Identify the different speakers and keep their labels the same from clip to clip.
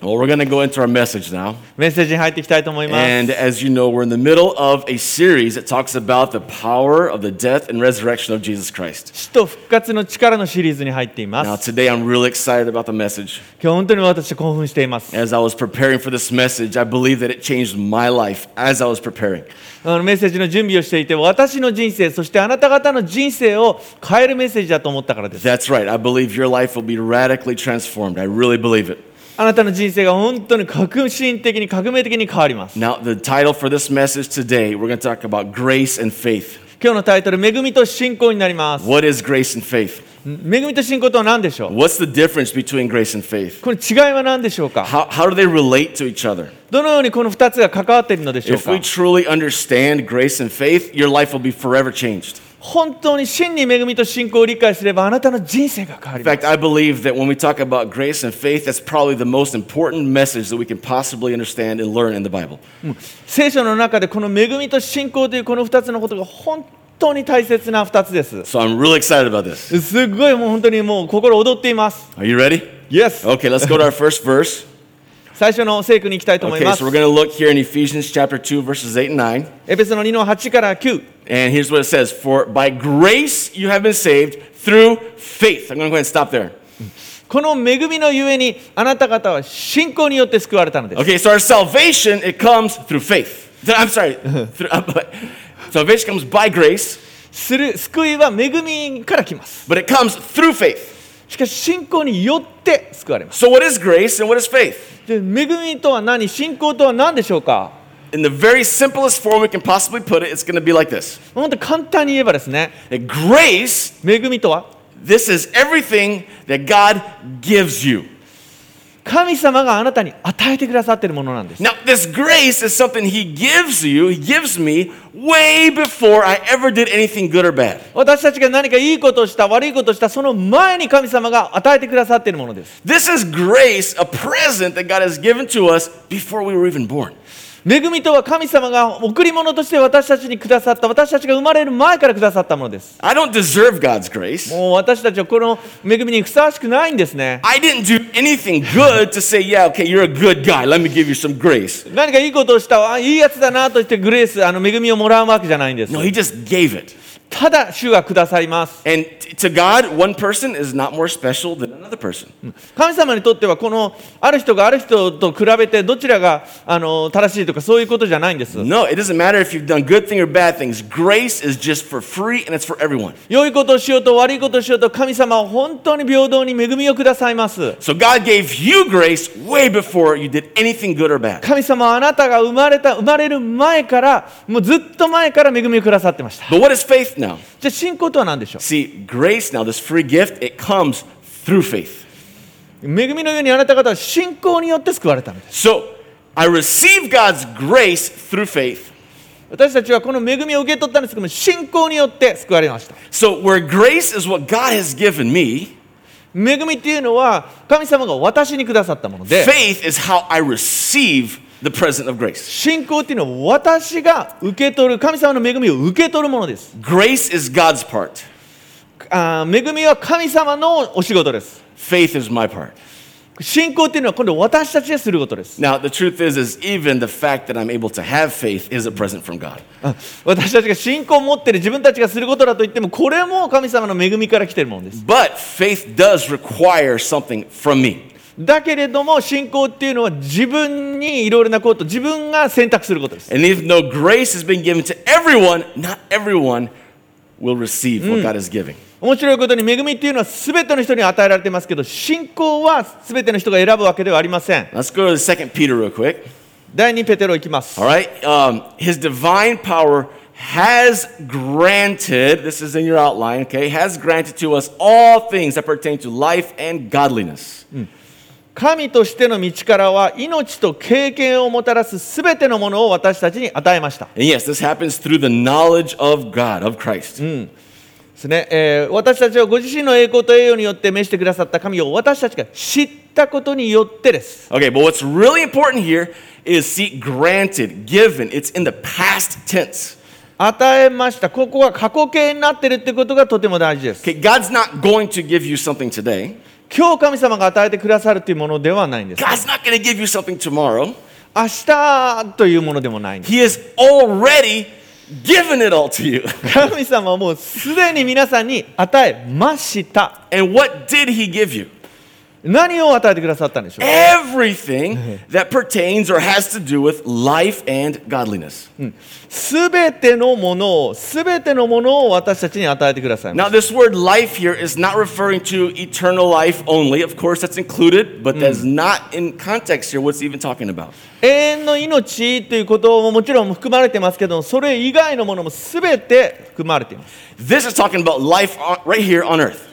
Speaker 1: Well, we're going to go into our message now.
Speaker 2: メッセージに入っていきたいと思います。
Speaker 1: And as you know, we're in the middle of a series that talks about the power of the death and resurrection of Jesus Christ.
Speaker 2: 死と復活の力のシリーズに入っていま
Speaker 1: Now,
Speaker 2: す。
Speaker 1: today I'm really excited about the message.
Speaker 2: 今日本当に私興奮しています。
Speaker 1: As I was preparing for this message, I believe that it changed my life as I was preparing.
Speaker 2: あのメッセージの準備をしていて、私の人生、そしてあなた方の人生を変えるメッセージだと思ったからです。
Speaker 1: That's right. I believe your life will be radically transformed. I really believe it.
Speaker 2: あなたの人生が本当に革新的に革命的に変わります。
Speaker 1: Now, the title for this message today, we're going to talk about grace and faith.
Speaker 2: 今日のタイトル、恵みと信仰になります。
Speaker 1: What is grace and faith?
Speaker 2: 恵みと信仰とは何でしょう
Speaker 1: What's the difference between grace and faith?
Speaker 2: この違いは何でしょうか
Speaker 1: How, how do they relate to each other?
Speaker 2: どのようにこの2つが関わっているのでしょう
Speaker 1: If
Speaker 2: か
Speaker 1: we truly understand grace and faith, your life will be forever changed.
Speaker 2: 本当に真に恵みと信仰を理解すればあなたの人生が変わり
Speaker 1: In
Speaker 2: ます。
Speaker 1: fact, I believe that when we talk about grace and faith, that's probably the most important message that we can possibly understand and learn in the Bible.
Speaker 2: 聖書の中でこの恵みと信仰というこの2つのことが本当に大切な2つです。
Speaker 1: So I'm really excited about this.
Speaker 2: すっごいもう本当にもう心躍っています。
Speaker 1: Are you ready?
Speaker 2: Yes.
Speaker 1: Okay, let's go to our first verse.
Speaker 2: 最初の聖句に行きたいと思い
Speaker 1: Okay,
Speaker 2: ます
Speaker 1: so we're。going to look here in Ephesians chapter 2, verses 8 and 9.
Speaker 2: エペソの2の8から9。
Speaker 1: And here's what it says For by grace you have been saved through faith. I'm going to go ahead and stop there.
Speaker 2: この恵みのゆえにあなた方は信仰によって救われたのです。
Speaker 1: Okay, so our salvation, it comes through faith. I'm sorry. through, uh, but- salvation comes by grace,
Speaker 2: する救いは恵みから来ます。
Speaker 1: but it comes through faith.
Speaker 2: しかし信仰によって救われます。
Speaker 1: So, what is grace and what is faith?
Speaker 2: で恵みとは何信仰とは何でしょうか
Speaker 1: In the very simplest form we can possibly put it, it's going to be like this
Speaker 2: 本当簡単に言えばですね、
Speaker 1: that Grace,
Speaker 2: 恵みとは
Speaker 1: this is everything that God gives you.
Speaker 2: 神様があなたに与えてくださっているものなんです。
Speaker 1: Now, this grace is something He gives you, He gives me way before I ever did anything good or bad.
Speaker 2: 私たちが何かいいことをした、悪いことをした、その前に神様が与えてくださっているものです。
Speaker 1: This is grace, a present that God has given to us before we were even born.
Speaker 2: 恵みとは神様が贈り物として私たちにくださった、私たちが生まれる前からくださったものです。
Speaker 1: I don't deserve God's grace.
Speaker 2: もう私たちはこの恵みにふさわしくないんですね。
Speaker 1: I didn't do anything good to say, yeah, okay, you're a good guy. Let me give you some grace.
Speaker 2: 何かいいことをした、あいいやつだなと言ってグレース、あの恵みをもらうわけじゃないんです
Speaker 1: No,。He just gave it.
Speaker 2: ただ、主がくださいます。
Speaker 1: And t- to God, one person is not more special than another person.
Speaker 2: 神様にとっては、このある人がある人と比べて、どちらがあの正しいとか、そういうことじゃないんです。
Speaker 1: No, it doesn't matter if you've done good thing or bad things. Grace is just for free and it's for everyone.
Speaker 2: 良いことをしようと悪いことをしようと神様は本当に平等に恵みをくださいます
Speaker 1: So God gave you grace way before you did anything good or bad.
Speaker 2: 神様はあなたが生まれた生まれる前からもうずっと前から恵みをくださってましたじ
Speaker 1: But what is faith now?
Speaker 2: ゃあ信仰とは何でしょ
Speaker 1: See, grace now, this free gift, it comes through faith.
Speaker 2: う恵みのようにあなた方は信仰によって救われたのです
Speaker 1: So I receive God's grace through faith.
Speaker 2: 私たちはこの恵みを受け取ったんですけども信仰によって救われました
Speaker 1: So where grace is what God has given me,
Speaker 2: 恵みっていうのは神様が私にくださったもので
Speaker 1: faith is how I receive the present of grace.
Speaker 2: 信仰っていうのは私が受け取る神様の恵みを受け取るものです
Speaker 1: Grace is God's part.
Speaker 2: あー恵みは神様のお仕事です
Speaker 1: Faith is my part.
Speaker 2: 信仰っていうのは今度私たちですることです。
Speaker 1: Now the truth is is even the fact that I'm able to have faith is a present from God.
Speaker 2: あ私たちが信仰を持ってる自分たちがすることだと言ってもこれも神様の恵みから来てるものです。
Speaker 1: But faith does require something from me.
Speaker 2: だけれども信仰っていうのは自分にいろいろなこと自分が選択することです。
Speaker 1: And even though grace has been given to everyone, not everyone will receive what God is giving.
Speaker 2: 面白いことに恵みっていうのは全ての人に与えられてますけど信仰は全ての人が選ぶわけではありません。
Speaker 1: Let's go to the second Peter real quick.
Speaker 2: 第2ペテロいきます
Speaker 1: All。right. Um, his divine power has granted, this is in your outline, okay, has granted to us all things that pertain to life and godliness.
Speaker 2: 神としての道からは命と経験をもたらす全てのものを私たちに与えました。
Speaker 1: And yes, this happens through the knowledge of God, of Christ.
Speaker 2: ですね、えー私たちはご自身の栄光と栄誉によって召してくださった神を私たちが知ったことによってです。
Speaker 1: Okay, but what's really important here is see, granted, given, it's in the past tense.
Speaker 2: 与えました。ここは過去形になってるってことがとても大事です。
Speaker 1: Okay, God's not going to give you something today.
Speaker 2: 今日神様が与えてくださるというものではないんです。
Speaker 1: God's not going to give you something tomorrow.
Speaker 2: 明日というものでもないんです。
Speaker 1: He has already given it all to you.
Speaker 2: 神様はもうすでに皆さんに与えました。
Speaker 1: And what did He give you?
Speaker 2: 何を与えてくださったんでしょう
Speaker 1: Everything that pertains or has to do with life and godliness.
Speaker 2: すべてのものを、すべてのものを私たちに与えてくださいました
Speaker 1: Now, this word life here is not referring to eternal life only. Of course, that's included, but that's not in context here what's even talking about.
Speaker 2: 永遠の命ということももちろん含まれてますけどもそれ以外のものも全て含まれています。
Speaker 1: This is talking about life on, right here on earth.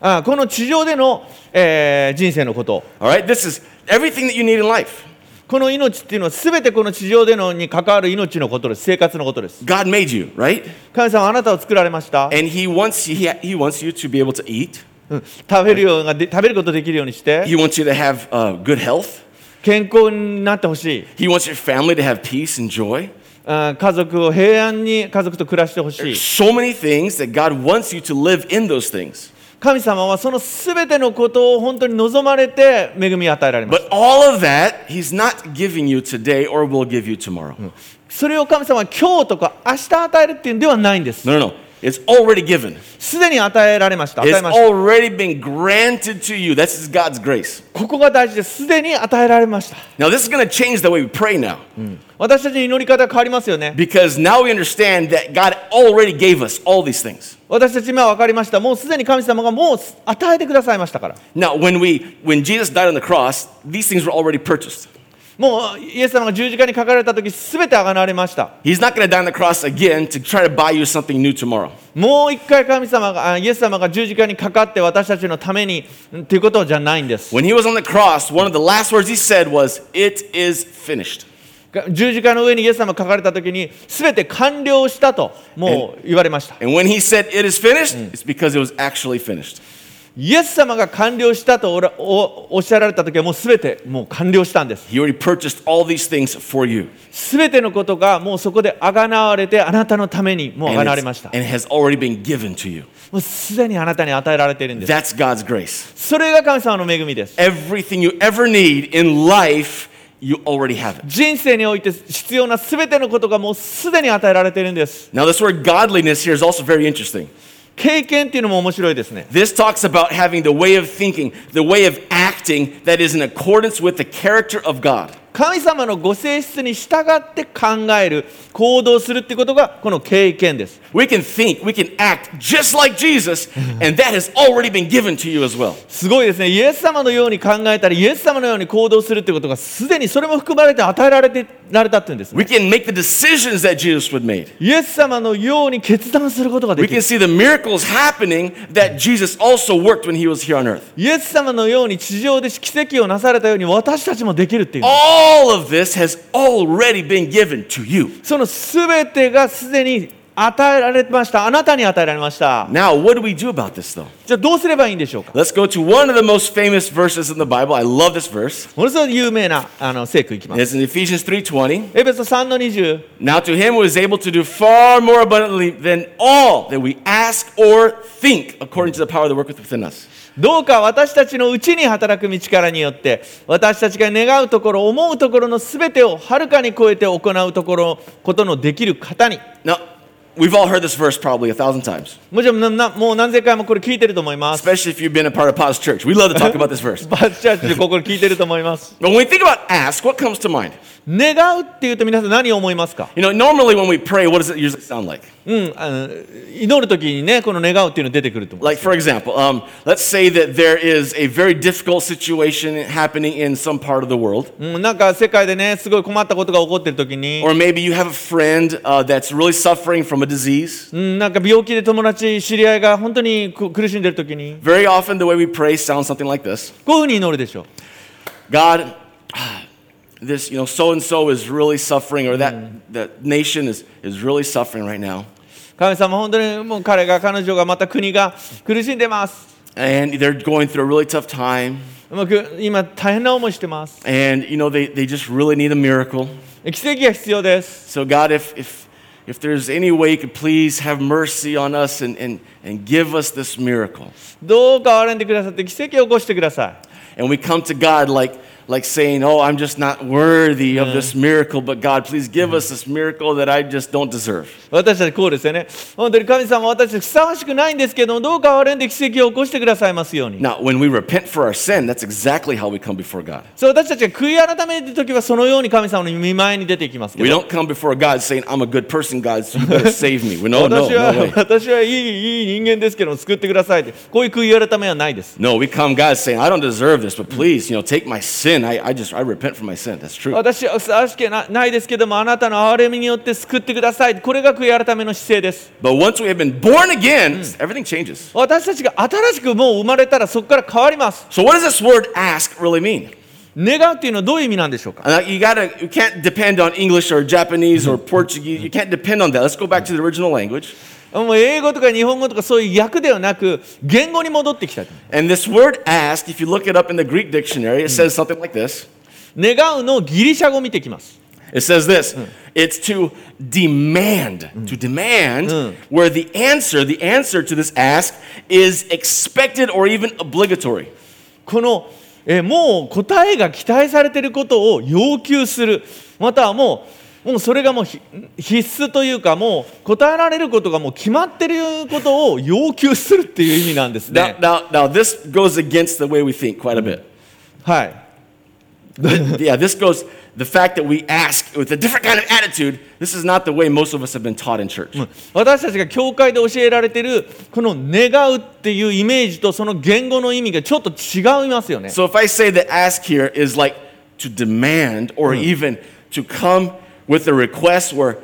Speaker 2: あこの地上での、えー人生のこと、
Speaker 1: All right? This is everything that you need in life.
Speaker 2: この命っていうのは全てこの地上でのに関わる命のことです、生活のことです。
Speaker 1: God made you, right?
Speaker 2: 神様、あなたを作られました。
Speaker 1: And he wants he, he wants you to be able to eat.
Speaker 2: うん食べるようがで食べることできるようにして
Speaker 1: He、wants you to have uh, good health.
Speaker 2: 健康になってほしい
Speaker 1: He wants your family to have peace and joy.
Speaker 2: あ、家族を平安に家族と暮らしてほしい。
Speaker 1: So many things that God wants you to live in those things.
Speaker 2: 神様はその全てのことを本当に望まれて恵みを与えられました
Speaker 1: But all of that, he's not giving you today or will give you tomorrow.
Speaker 2: それを神様は今日とか明日与えるっていうんではないんです。
Speaker 1: No, no, no. It's already given.
Speaker 2: すでに与えられました。与え
Speaker 1: It's
Speaker 2: ました。
Speaker 1: already been granted to you. This is God's grace.
Speaker 2: ここが大事です。すでに与えられました。
Speaker 1: Now, this is going to change the way we pray now
Speaker 2: 私たちの祈り方変わりますよね。
Speaker 1: because now we understand that God already gave us all these things.
Speaker 2: 私たち今分かりました。もうすでに神様がもう与えてくださいましたから。
Speaker 1: Now, when we when Jesus died on the cross, these things were already purchased.
Speaker 2: もうイエス様が十字架にかかられた時すべてがられました。
Speaker 1: He's not going to die on the cross again to try to buy you something new tomorrow.
Speaker 2: もう一回神様が、あイエス様が十字架にかかって私たちのためにということじゃないんです。
Speaker 1: When he was on the cross, one of the last words he said was, "It is finished."
Speaker 2: 十字架の上にイエス様がかかれた時にすべて完了したともう言われました。
Speaker 1: And when he said, "It is finished," it's because it was actually finished.
Speaker 2: イエス様が完了したとおらおおっしゃられた時はもうすべてもう完了したんです。
Speaker 1: He already purchased all these things for you,
Speaker 2: すべてのことがもうそこであがなわれてあなたのためにもうあが
Speaker 1: and,
Speaker 2: な
Speaker 1: it's-
Speaker 2: われました。
Speaker 1: and it has already been given to you.
Speaker 2: もうすでにあなたに与えられているんです。
Speaker 1: That's God's grace.
Speaker 2: それが神様の恵みです。
Speaker 1: Everything you ever need in life, you already have it.
Speaker 2: 人生において必要なすべてのことがもうすでに与えられているんです。
Speaker 1: Now, this word godliness here is also very interesting.
Speaker 2: 経験っていうのも面白いですね。
Speaker 1: This talks about having the way of thinking, the way of acting that is in accordance with the character of God.
Speaker 2: 神様のご性質に従って考える、行動するっていうことがこの経験です。
Speaker 1: We can think, we can act just like Jesus, and that has already been given to you as well.
Speaker 2: すごいですね、イエス様のように考えたり、イエス様のように行動するということが、すでにそれも含まれて与えられてられたっていうんですね、
Speaker 1: We can make the decisions that Jesus would made.
Speaker 2: イエス様のように決断することがで
Speaker 1: We can
Speaker 2: きる、
Speaker 1: see the miracles happening that Jesus also worked when he was here on earth.
Speaker 2: イエス様のように地上で奇跡をなされたように、私たちもできるっていう、
Speaker 1: All of this has already been given to you.
Speaker 2: そのすべてがすでに与えられました、あなたに与えられました、
Speaker 1: Now, what do we do about this though?
Speaker 2: じゃあどうすればいいんでしょうか、
Speaker 1: Let's go to one of the most famous verses in the Bible. I love this verse.
Speaker 2: ものすごく有名なあの聖句いきます。
Speaker 1: It's in Ephesians 3:20.
Speaker 2: エペソ3の20
Speaker 1: Now to him who is able to do far more abundantly than all that we ask or think according to the power that worketh within us.
Speaker 2: どうか私たちのうちに働く道からによって私たちが願うところ思うところのすべてをはるかに超えて行うところことのできる方に
Speaker 1: Now, we've all heard this verse probably a thousand times,
Speaker 2: もちろんななもう何千回もこれ聞いてると思います
Speaker 1: especially if you've been a part of Pause Church. We love to talk about this verse.
Speaker 2: バッチャーチでここ聞いてると思います
Speaker 1: But when we think about ask, what comes to mind?
Speaker 2: 願うっていうと皆さん何を思いますか
Speaker 1: You know, normally when we pray, what does it usually sound like?
Speaker 2: うんあの祈る時にねこの願うっていうの出てくると思う
Speaker 1: Like, for example, um, let's say that there is a very difficult situation happening in some part of the world,
Speaker 2: うん、なんか世界でねすごい困ったことが起こってる時に、
Speaker 1: or maybe you have a friend uh, that's really suffering from a disease.
Speaker 2: うん、なんか病気で友達知り合いが本当に苦苦しんでる時に
Speaker 1: Very often, the way we pray sounds something like this.
Speaker 2: こういうふうに祈るでしょう
Speaker 1: God, this, you know, so and so is really suffering, or that, that nation is, is really suffering right now.
Speaker 2: 神様、本当にもう彼が、彼女が、また国が苦しんでます。
Speaker 1: And they're going through a really tough time.
Speaker 2: もうく今、大変な思いしてます。
Speaker 1: And, you know, they, they just really need a miracle.
Speaker 2: 奇跡が必要です。
Speaker 1: So, God, if, if, if there's any way you could please have mercy on us and, and, and give us this miracle.
Speaker 2: どうか憐れんでくださって奇跡を起こしてくださ
Speaker 1: And we come to God like, like saying, Oh, I'm just not worthy of this miracle, but God, please give us this miracle that I just don't deserve.
Speaker 2: い私たちこうですよね本当に神様私たちふさわしくないんですけどもどうか憐れんで奇跡を起こしてくださいますように
Speaker 1: Now, when we repent for our sin, that's exactly how we come before God.
Speaker 2: そう私たちが悔い改める時はそのように神様の見舞いに出ていきますけ
Speaker 1: We
Speaker 2: ど
Speaker 1: don't come before God saying, I'm a good person, God, so you better save me. We, no, no,
Speaker 2: 私
Speaker 1: no
Speaker 2: は
Speaker 1: way.
Speaker 2: 私はいいいい人間ですけども救ってくださいってこういう悔い改めはないです
Speaker 1: No, we come, God, saying, I don't deserve this, but please, you know, take my sin. I, I just, I repent for my sin. That's true.
Speaker 2: 私はふさわしくなないですけどもあなたの憐れみによって救ってくださいこれが悔い改めの姿勢です
Speaker 1: But once we have been born again, everything changes.
Speaker 2: 私たちが新しくもう生まれたらそこから変わります
Speaker 1: So what does this word ask really mean?
Speaker 2: 願うっていうのはどういう意味なんでしょうか
Speaker 1: Uh, you gotta, you can't depend on English or Japanese or Portuguese. You can't depend on that. Let's go back to the original language.
Speaker 2: もう英語とか日本語とかそういう訳ではなく言語に戻ってきたい
Speaker 1: And this word ask, if you look it up in the Greek dictionary, it says something like this.
Speaker 2: 願うのをギリシャ語見てきます
Speaker 1: It says this. It's to demand, to demand, where the answer, the answer to this ask is expected or even obligatory.
Speaker 2: このえーもう答えが期待されていることを要求するまたはもうもうそれがもうひ必須というかもう答えられることがもう決まってることを要求するっていう意味なんです
Speaker 1: Now,
Speaker 2: ね。
Speaker 1: now, now this goes against the way we think quite a bit.
Speaker 2: はい、
Speaker 1: Th- yeah, this goes the fact that we ask with a different kind of attitude. This is not the way most of us have been taught in
Speaker 2: Hmm.
Speaker 1: church.
Speaker 2: 私たちが教会で教えられているこの願うっていうイメージとその言語の意味がちょっと違いますよね。
Speaker 1: So if I say that ask here is like to demand or even to come with a request where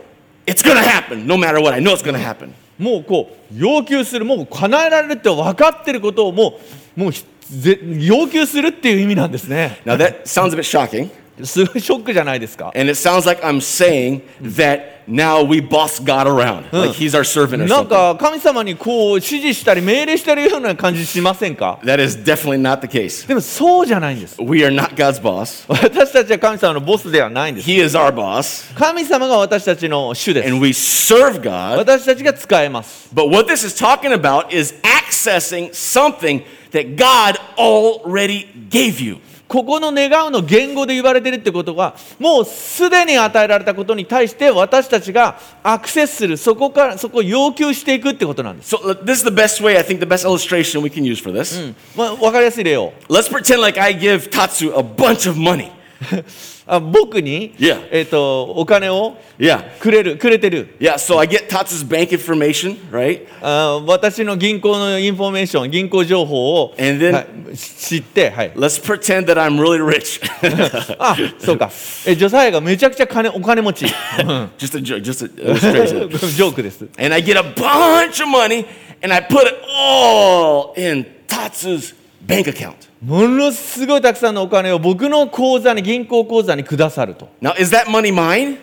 Speaker 1: it's gonna happen no matter what. I know it's gonna happen.
Speaker 2: もうこう要求するもう叶えられるって分かってることをもうもうひぜ要求するっていう意味なんですね。
Speaker 1: Now that sounds a bit shocking,
Speaker 2: すごいショックじゃないですか。
Speaker 1: and it sounds like I'm saying that now we boss God around, like He's our servant or
Speaker 2: なん
Speaker 1: something.
Speaker 2: か神様にこう指示したり命令してるような感じしませんか
Speaker 1: That is definitely not the case.
Speaker 2: でもそうじゃないんです
Speaker 1: We are not God's boss.
Speaker 2: 私たちは神様のボスではないんです
Speaker 1: He is our boss,
Speaker 2: 神様が私たちの主です
Speaker 1: and we serve God.
Speaker 2: 私たちが使えます
Speaker 1: But what this is talking about is accessing something that God already gave you.
Speaker 2: ここの願うの言語で言われてるってことはもうすでに与えられたことに対して私たちがアクセスするそこからそこを要求していくってことなんです、
Speaker 1: So l- this is the best way, I think, the best illustration we can use for this.
Speaker 2: まあ、分かりやすい例を
Speaker 1: Let's pretend like I give Tatsu a bunch of money.
Speaker 2: あ僕に、
Speaker 1: Yeah.
Speaker 2: えっとお金を
Speaker 1: Yeah.
Speaker 2: くれるくれてる
Speaker 1: Yeah, so I get Tatsu's bank information, right?
Speaker 2: あー私の銀行のインフォメーション、銀行情報を、
Speaker 1: And then-
Speaker 2: はいし知って、はい、
Speaker 1: Let's pretend that I'm really rich.
Speaker 2: あそうか、えジョサイアがめちゃくちゃ金お金持ち、ジ
Speaker 1: just a joke, just an illustration.
Speaker 2: ョークです。
Speaker 1: and I get a bunch of money and I put it all in Tatsu's bank account.
Speaker 2: ものすごいたくさんのお金を僕の口座に、銀行口座にくださると、
Speaker 1: Now, is that money mine?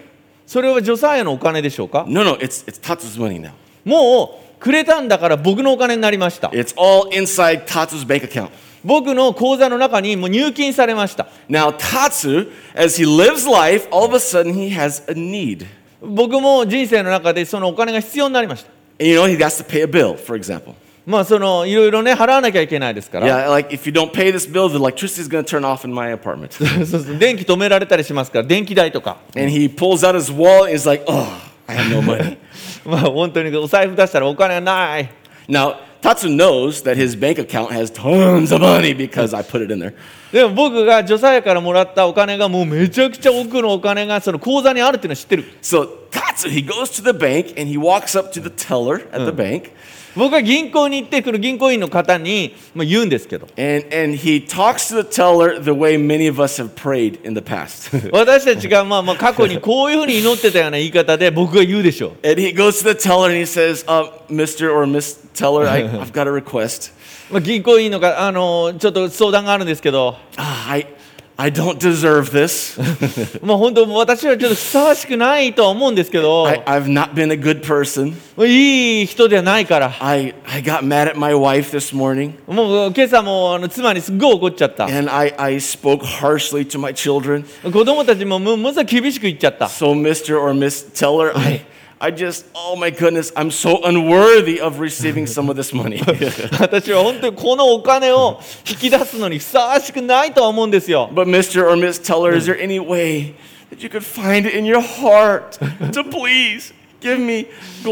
Speaker 2: それはジョサイアのお金でしょうか、
Speaker 1: No, no, it's, it's Tatsu's money now.
Speaker 2: もうくれたんだから僕のお金になりました、
Speaker 1: It's all inside Tatsu's bank account.
Speaker 2: 僕の口座の中にもう入金されました、
Speaker 1: Now, Tatsu, as he lives life, all of a sudden he has a need.
Speaker 2: 僕も人生の中でそのお金が必要になりました。
Speaker 1: And you know, he has to pay a bill, for example.
Speaker 2: まあそのいろいろね払わなきゃいけないですから、
Speaker 1: Yeah, like if you don't pay this bill, the electricity is going to turn off in my apartment.
Speaker 2: そうそう電気止められたりしますから電気代とか
Speaker 1: and he pulls out his wallet and is like, oh, I have no money.
Speaker 2: まあ本当にお財布出したらお金ない。
Speaker 1: now, Tatsu knows that his bank account has tons of money because I put it in there.
Speaker 2: でも僕がジョサヤからもらったお金がもうめちゃくちゃ奥のお金がその口座にあるっていうの知ってる
Speaker 1: So Tatsu, he goes to the bank and he walks up to the teller at the bank
Speaker 2: 僕は銀行に行ってくる銀行員の方に、まあ、言うんですけど
Speaker 1: and, and he talks to the teller the way many of us have prayed in the past.
Speaker 2: 私たちがまあまあ過去にこういうふうに祈ってたような言い方で僕が言うでしょう
Speaker 1: And he goes to the teller and he says, uh, Mr. or Miss Teller, I, I've got a request.
Speaker 2: まあ、銀行員のかあのちょっと相談があるんですけど
Speaker 1: Ah, I, I don't deserve this.
Speaker 2: まあ本当私はちょっとふさわしくないとは思うんですけど
Speaker 1: I, I've not been a good person.
Speaker 2: いい人ではないから
Speaker 1: I, I got mad at my wife this morning
Speaker 2: もう今朝もあの妻にすっごい怒っちゃった。
Speaker 1: and I, I spoke harshly to my children.
Speaker 2: 子供たちもむむさ厳しく言っちゃった
Speaker 1: So, Mr. or Miss Teller, I, I just, oh my goodness, I'm so unworthy of receiving some of this money.
Speaker 2: 私は本当にこのお金を引き出すのにふさわしくないとは思うんですよ
Speaker 1: but, Mr. or Miss Teller, is there any way that you could find it in your heart to please give me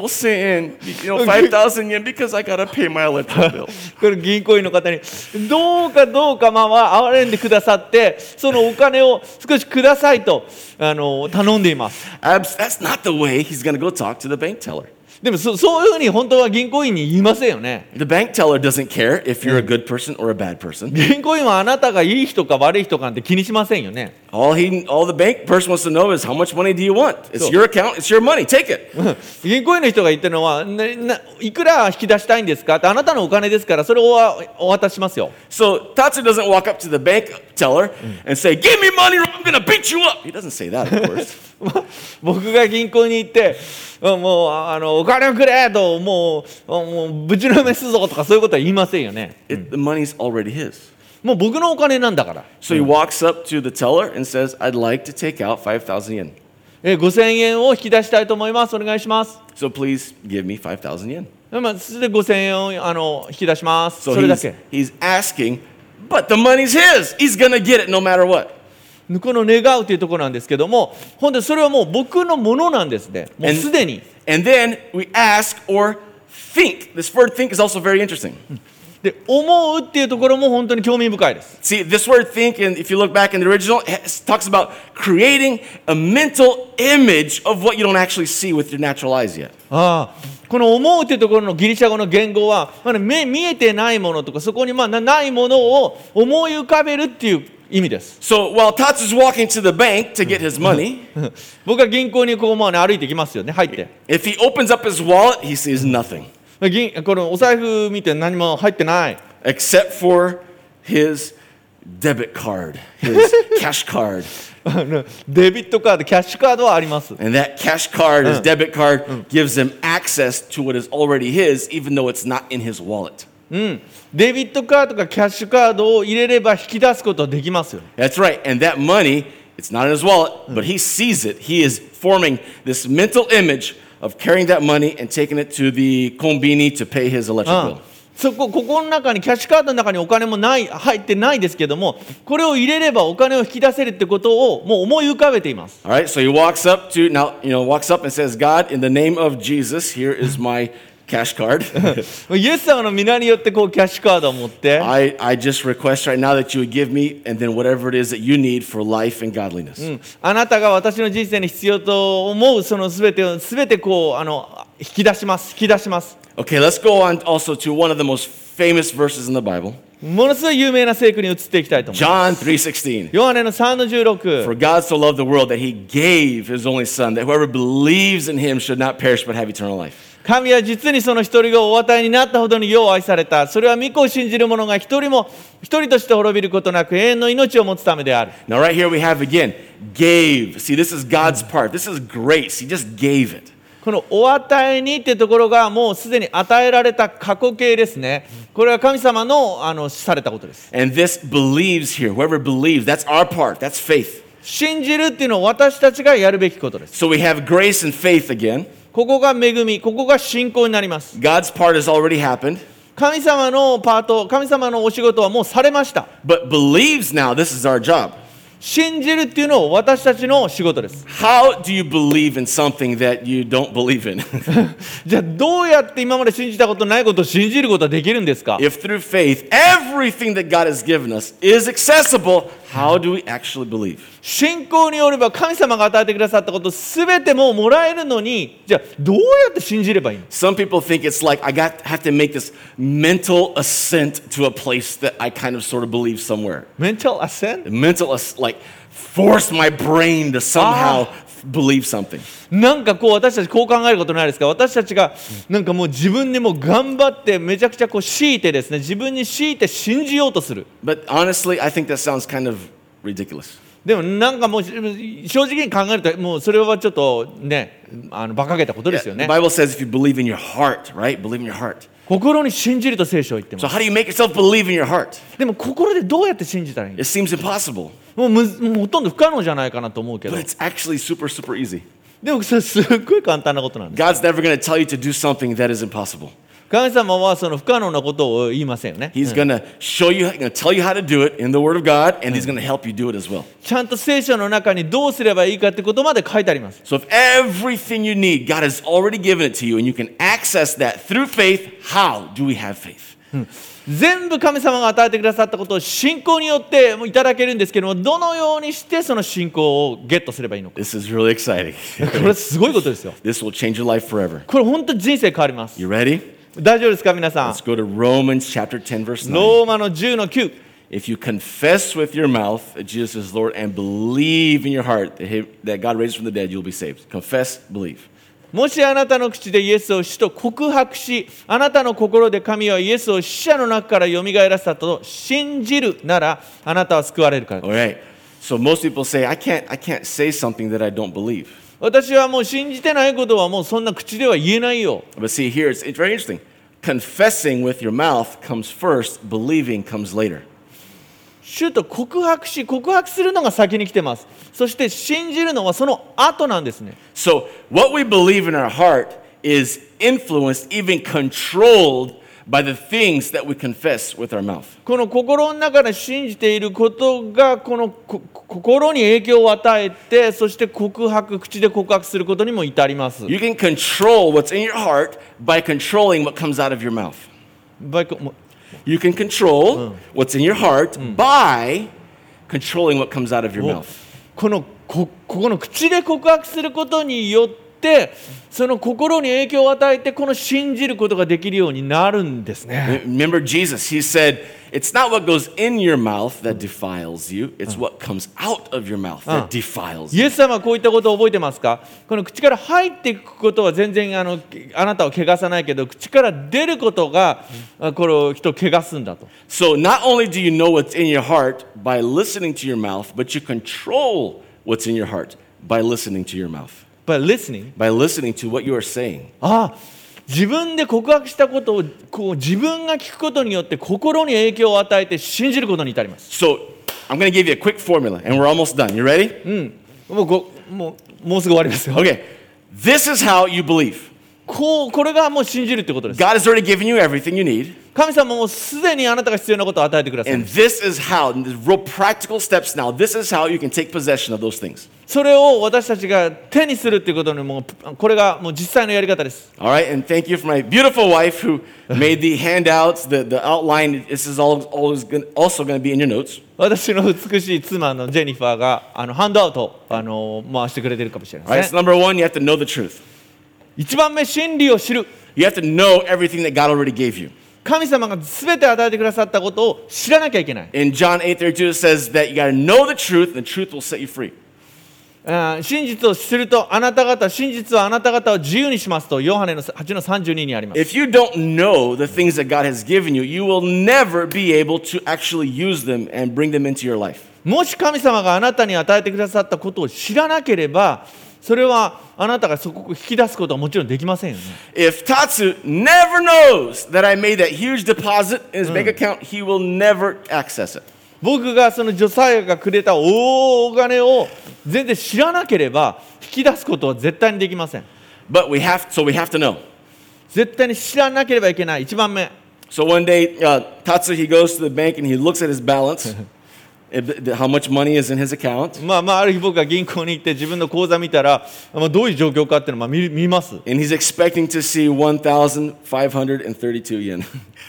Speaker 1: gosen, you know, 5,000 yen because I gotta pay my electric bill?
Speaker 2: これ銀行員の方にどうかどうかまあまあ憐れんでくださってそのお金を少しくださいとあの頼んでいます
Speaker 1: Abs- that's not the way he's gonna go talk to the bank teller.
Speaker 2: でもそそういうふうに本当は銀行員に言いませんよね
Speaker 1: The bank teller doesn't care if you're a good person or a bad person.
Speaker 2: 銀行員はあなたがいい人か悪い人かなんて気にしませんよね
Speaker 1: All he, all the bank person wants to know is how much money do you want? It's
Speaker 2: So-
Speaker 1: your account. It's your money. Take it.
Speaker 2: 銀行員の人が言ってるのは、ねないくら引き出したいんですかってあなたのお金ですからそれをおお渡ししますよ
Speaker 1: So Tatsu doesn't walk up to the bank teller and say, "Give me money, or I'm gonna beat you up." He doesn't say that, of course.
Speaker 2: ま 僕が銀行に行ってあもうああのお金をくれともうあもうぶちのめすぞとかそういうことは言いませんよね
Speaker 1: it, the money's already his.
Speaker 2: もう僕のお金なんだから、
Speaker 1: So he walks up to the teller and says, "I'd like to take out five thousand yen.
Speaker 2: えー5000円を引き出したいと思いますお願いします
Speaker 1: So please give me five thousand yen."
Speaker 2: まあ、それで5000円をあの引き出します、
Speaker 1: So
Speaker 2: それだ
Speaker 1: he's,
Speaker 2: け
Speaker 1: he's asking, but the money's his. He's gonna get it no matter what.
Speaker 2: この願うというところなんですけども本当にそれはもう僕のものなんですねもう
Speaker 1: And-
Speaker 2: すでに
Speaker 1: And then we ask or think. This word think is also very interesting.
Speaker 2: で思うっていうところも本当に興味深いです
Speaker 1: See, this word think, and if you look back in the original, it talks about creating a mental image of what you don't actually see with your natural eyes yet.
Speaker 2: ああこの思うっていうところのギリシャ語の言語は、まあね目見えてないものとかそこにまあなないものを思い浮かべるっていう意味です
Speaker 1: So while Tatsu's walking to the bank to get his money,
Speaker 2: 僕は銀行にこうまあね歩いてきますよね入って
Speaker 1: if he opens up his wallet, he sees nothing
Speaker 2: 銀このお財布見て何も入ってない
Speaker 1: except for his debit card, his cash card.
Speaker 2: あのデビットカードキャッシュカードはあります
Speaker 1: And that cash card, his debit card, gives him access to what is already his, even though it's not in his wallet.
Speaker 2: うんデビットカードかキャッシュカードを入れれば引き出すことはできますよ
Speaker 1: That's right. And that money, it's not in his wallet, but he sees it. He is forming this mental image of carrying that money and taking it to the kombini to pay his electric
Speaker 2: う
Speaker 1: bill.
Speaker 2: んそこここの中にキャッシュカードの中にお金もない入ってないですけどもこれを入れればお金を引き出せるってことをもう思い浮かべています
Speaker 1: All right. So he walks up to now, you know, walks up and says, "God, in the name of Jesus, here is my cash card.
Speaker 2: イエス様の皆によってこうキャッシュカードを持って
Speaker 1: I, I just request right now that you would give me and then whatever it is that you need for life and godliness."
Speaker 2: うんあなたが私の人生に必要と思うその全てを全てこうあの引き出します引き出します
Speaker 1: Okay, let's go on also to one of the most famous verses in the Bible,
Speaker 2: ものすごい有名な聖句に移っていきたいと思います
Speaker 1: John 3:16.
Speaker 2: ヨハネの3の16
Speaker 1: For God so loved the world that he gave his only son, that whoever believes in him should not perish but have eternal life.
Speaker 2: 神は実にその一人がお与えになったほどに世を愛された。それは御子を信じる者が一人も一人として滅びることなく永遠の命を持つためである。
Speaker 1: Now, right here we have again, gave. See, this is God's part. This is grace. He just gave it.
Speaker 2: このお与えにってところがもうすでに与えられた過去形ですね。これは神様のあのされたことです。
Speaker 1: And this believes here. Whoever believes, that's our part. That's faith.
Speaker 2: 信じるっていうのは私たちがやるべきことです。
Speaker 1: So we have grace and faith again.
Speaker 2: ここが恵み、ここが信仰になります。
Speaker 1: God's part has already happened.
Speaker 2: 神様のパート、神様のお仕事はもうされました。
Speaker 1: But believes now, this is our job.
Speaker 2: 信じるっていうのは私たちの仕事です。
Speaker 1: How do you believe in something that you don't believe in?
Speaker 2: じゃあどうやって今まで信じたことないことを信じることはできるんですか
Speaker 1: if through faith everything that God has given us is accessible, how do we actually believe?
Speaker 2: 信仰によれば神様が与えてくださったこと全てもうもらえるのにじゃあどうやって信じればいいの
Speaker 1: Some people think it's like I got have to make this mental ascent to a place that I kind of sort of believe somewhere.
Speaker 2: ?Mental ascent?
Speaker 1: Mental as- like force my brain to somehow believe something.
Speaker 2: なんかこう私たちこう考えることないですか私たちがなんかもう自分にもう頑張ってめちゃくちゃこう強いてですね自分に強いて信じようとする
Speaker 1: But honestly, I think that sounds kind of ridiculous.
Speaker 2: でもなんかもうし正直に考えるともうそれはちょっとねあの馬鹿げたことですよ
Speaker 1: The
Speaker 2: ね
Speaker 1: Bible says if you believe in your heart, right? Believe in your heart.
Speaker 2: 心に信じると聖書は言ってま
Speaker 1: So how do you make yourself believe in your heart?
Speaker 2: すでも心でどうやって信じたらいいの
Speaker 1: It seems impossible,
Speaker 2: もうむずもうほとんど不可能じゃないかなと思うけど
Speaker 1: but it's actually super super easy.
Speaker 2: でもそれすっごい簡単なことなんです
Speaker 1: God's never going to tell you to do something that is impossible.
Speaker 2: 神様はその不可能なことを言いませんよね
Speaker 1: He's going to show you, going to tell you how to do it in the Word of God, and He's going to help you do it as well.
Speaker 2: ちゃんと聖書の中にどうすればいいかってことまで書いてあります
Speaker 1: So if everything you need, God has already given it to you, and you can access that through faith, how do we have faith?
Speaker 2: 全部神様が与えてくださったことを信仰によってもういただけるんですけどもどのようにしてその信仰をゲットすればいいのか
Speaker 1: This is really exciting.
Speaker 2: これすごいことですよ
Speaker 1: this will change your life forever.
Speaker 2: これ本当人生変わります
Speaker 1: You ready?
Speaker 2: 大丈夫ですか皆さん
Speaker 1: Let's go to Romans chapter 10, verse 9.
Speaker 2: ローマの10の9
Speaker 1: If you confess with your mouth that Jesus is Lord and believe in your heart that, he, that God raised from the dead, you'll be saved. Confess, believe.
Speaker 2: もしあなたの口でイエスを主と告白し、あなたの心で神はイエスを死者の中からよみがえらせたと信じるなら、あなたは救われるからで
Speaker 1: All right. So most people say, I can't, I can't say something that I don't believe.
Speaker 2: す。私はもう信じてないことはもうそんな口では言えないよ。
Speaker 1: But see, here it's, it's very interesting. Confessing with your mouth comes first, believing comes later.
Speaker 2: 主と告白し、告白するのが先に来てます。そして信じるのはその後なんですね。
Speaker 1: So what we believe in our heart is influenced, even controlled by the things that we confess with our mouth.
Speaker 2: この心の中で信じていることがこのこ心に影響を与えてそして告白口で告白することにも至ります
Speaker 1: You can control what's in your heart by controlling what comes out of your mouth.
Speaker 2: バイクも
Speaker 1: You can control what's in your heart by controlling what comes out of your
Speaker 2: もう
Speaker 1: mouth.
Speaker 2: このこここの口で告白することによってその心に影響を与えてこの信じることができるようになるんですね
Speaker 1: Remember Jesus, he said, It's not what goes in your mouth that defiles you, it's what comes out of your mouth that
Speaker 2: Mm.
Speaker 1: defiles
Speaker 2: イ
Speaker 1: you.
Speaker 2: エス様はこういったことを覚えてますかこの口から入っていくことは全然あのあなたを汚さないけど口から出ることがあこの人を汚すんだと
Speaker 1: So not only do you know what's in your heart by listening to your mouth, but you control what's in your heart by listening to your mouth,
Speaker 2: By listening
Speaker 1: by listening to what you are saying.
Speaker 2: ああ自分で告白したことをこう自分が聞くことによって心に影響を与えて信じることに至ります
Speaker 1: So I'm going to give you a quick formula, and we're almost done. You ready?
Speaker 2: もうごもうもうすぐ終わりますよ
Speaker 1: Okay, this is how you believe.
Speaker 2: こうこれがもう信じるってことです。
Speaker 1: God has already given you everything you need,
Speaker 2: 神様もすでにあなたが必要なことを与えてください
Speaker 1: and。this is how, and there's real practical steps now, this is how you can take possession of those things.
Speaker 2: それを私たちが手にするっていうことにもうこれがもう実際のやり方です。
Speaker 1: All right, and thank you for my beautiful wife who made the handouts, the, the outline. This is all, always gonna, also going to be in your notes.
Speaker 2: 私の美しい妻のジェニファーがあのハンドアウトをあの回してくれてるかもしれない
Speaker 1: All right,
Speaker 2: です
Speaker 1: so
Speaker 2: ね。
Speaker 1: number one, you have to know the truth.
Speaker 2: 一番目真理を知る。
Speaker 1: You have to know everything that God already gave you.
Speaker 2: 神様が全て与えてくださったことを知らなきゃいけない。
Speaker 1: In John 8 32, it says that you got to know the truth, and the truth will set you free.
Speaker 2: あー真実を知るとあなた方真実はあなた方を自由にしますとヨハネの8の32にあります。
Speaker 1: If you don't know the things that God has given you, you will never be able to actually use them and bring them into your life.
Speaker 2: もし神様があなたに与えてくださったことを知らなければそれはあなたがそこを引き出すことはもちろんできませんよね
Speaker 1: If Tatsu never knows that I made that huge deposit in his bank account, he will never access it.
Speaker 2: 僕がその女性がくれた大お金を全然知らなければ引き出すことは絶対にできません
Speaker 1: But we have, so we have to know.
Speaker 2: 絶対に知らなければいけない1番目
Speaker 1: So one day, uh, Tatsu he goes to the bank and he looks at his balance, if- how much money is in his account,
Speaker 2: まあまあある日僕が銀行に行って自分の口座見たら、まあ、どういう状況かっていうのをまあ見見ます
Speaker 1: and he's expecting to see 1,532 yen.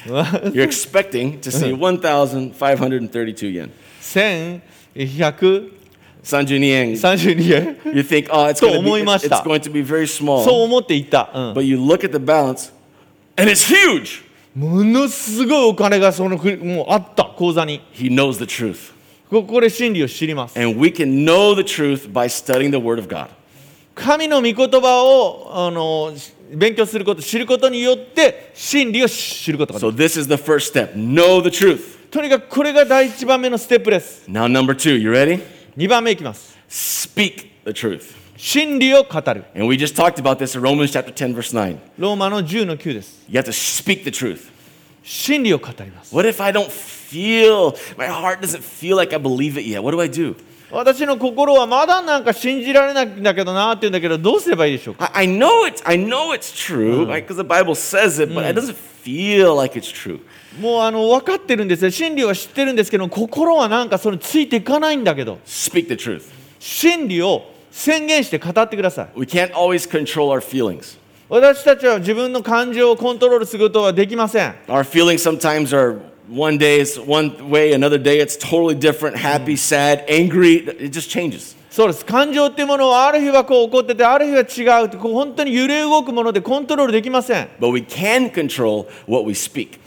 Speaker 1: You're expecting to see 1,532 yen.
Speaker 2: 1132
Speaker 1: Sanjun yen.
Speaker 2: 円
Speaker 1: You think, oh, it's going, be,
Speaker 2: と思いました。
Speaker 1: it's going to be very
Speaker 2: そう
Speaker 1: small.
Speaker 2: 思っていた、うん
Speaker 1: But you look at the balance, and it's huge.
Speaker 2: ものすごいお金がその国もうあった口座に
Speaker 1: He knows the truth.
Speaker 2: ここで真理を知ります
Speaker 1: And we can know the truth by studying the Word of God.
Speaker 2: 神の御言葉をあのし勉強すること知ることによって真理を知ることができ
Speaker 1: So, this is the first step know the truth.
Speaker 2: るとにかくこれが第1番目のステップです
Speaker 1: Now, number two, you ready?
Speaker 2: 2番目いきます
Speaker 1: Speak the truth.
Speaker 2: 真理を語る
Speaker 1: And we just talked about this in Romans chapter 10, verse 9.
Speaker 2: ローマの10の9です
Speaker 1: You have to speak the truth.
Speaker 2: 真理を語ります
Speaker 1: What if I don't feel, my heart doesn't feel like I believe it yet? What do I do?
Speaker 2: 私の心はまだなんか信じられないんだけどなって言うんだけどどうすればいいでしょうか
Speaker 1: I, I know it's I know it's true, right? Because the Bible says it, but it doesn't feel like it's true.
Speaker 2: もうあの分かってるんですね真理は知ってるんですけど心はなんかそれついていかないんだけど
Speaker 1: Speak the truth.
Speaker 2: 真理を宣言して語ってください
Speaker 1: We can't always control our feelings.
Speaker 2: 私たちは自分の感情をコントロールすることはできません
Speaker 1: Our feelings sometimes are one day it's one way, another day it's totally different. Happy, sad, angry. It just changes.
Speaker 2: そうです感情っていうものはある日はこう怒っててある日は違うってこう本当に揺れ動くものでコントロールできません
Speaker 1: But we can control what we speak.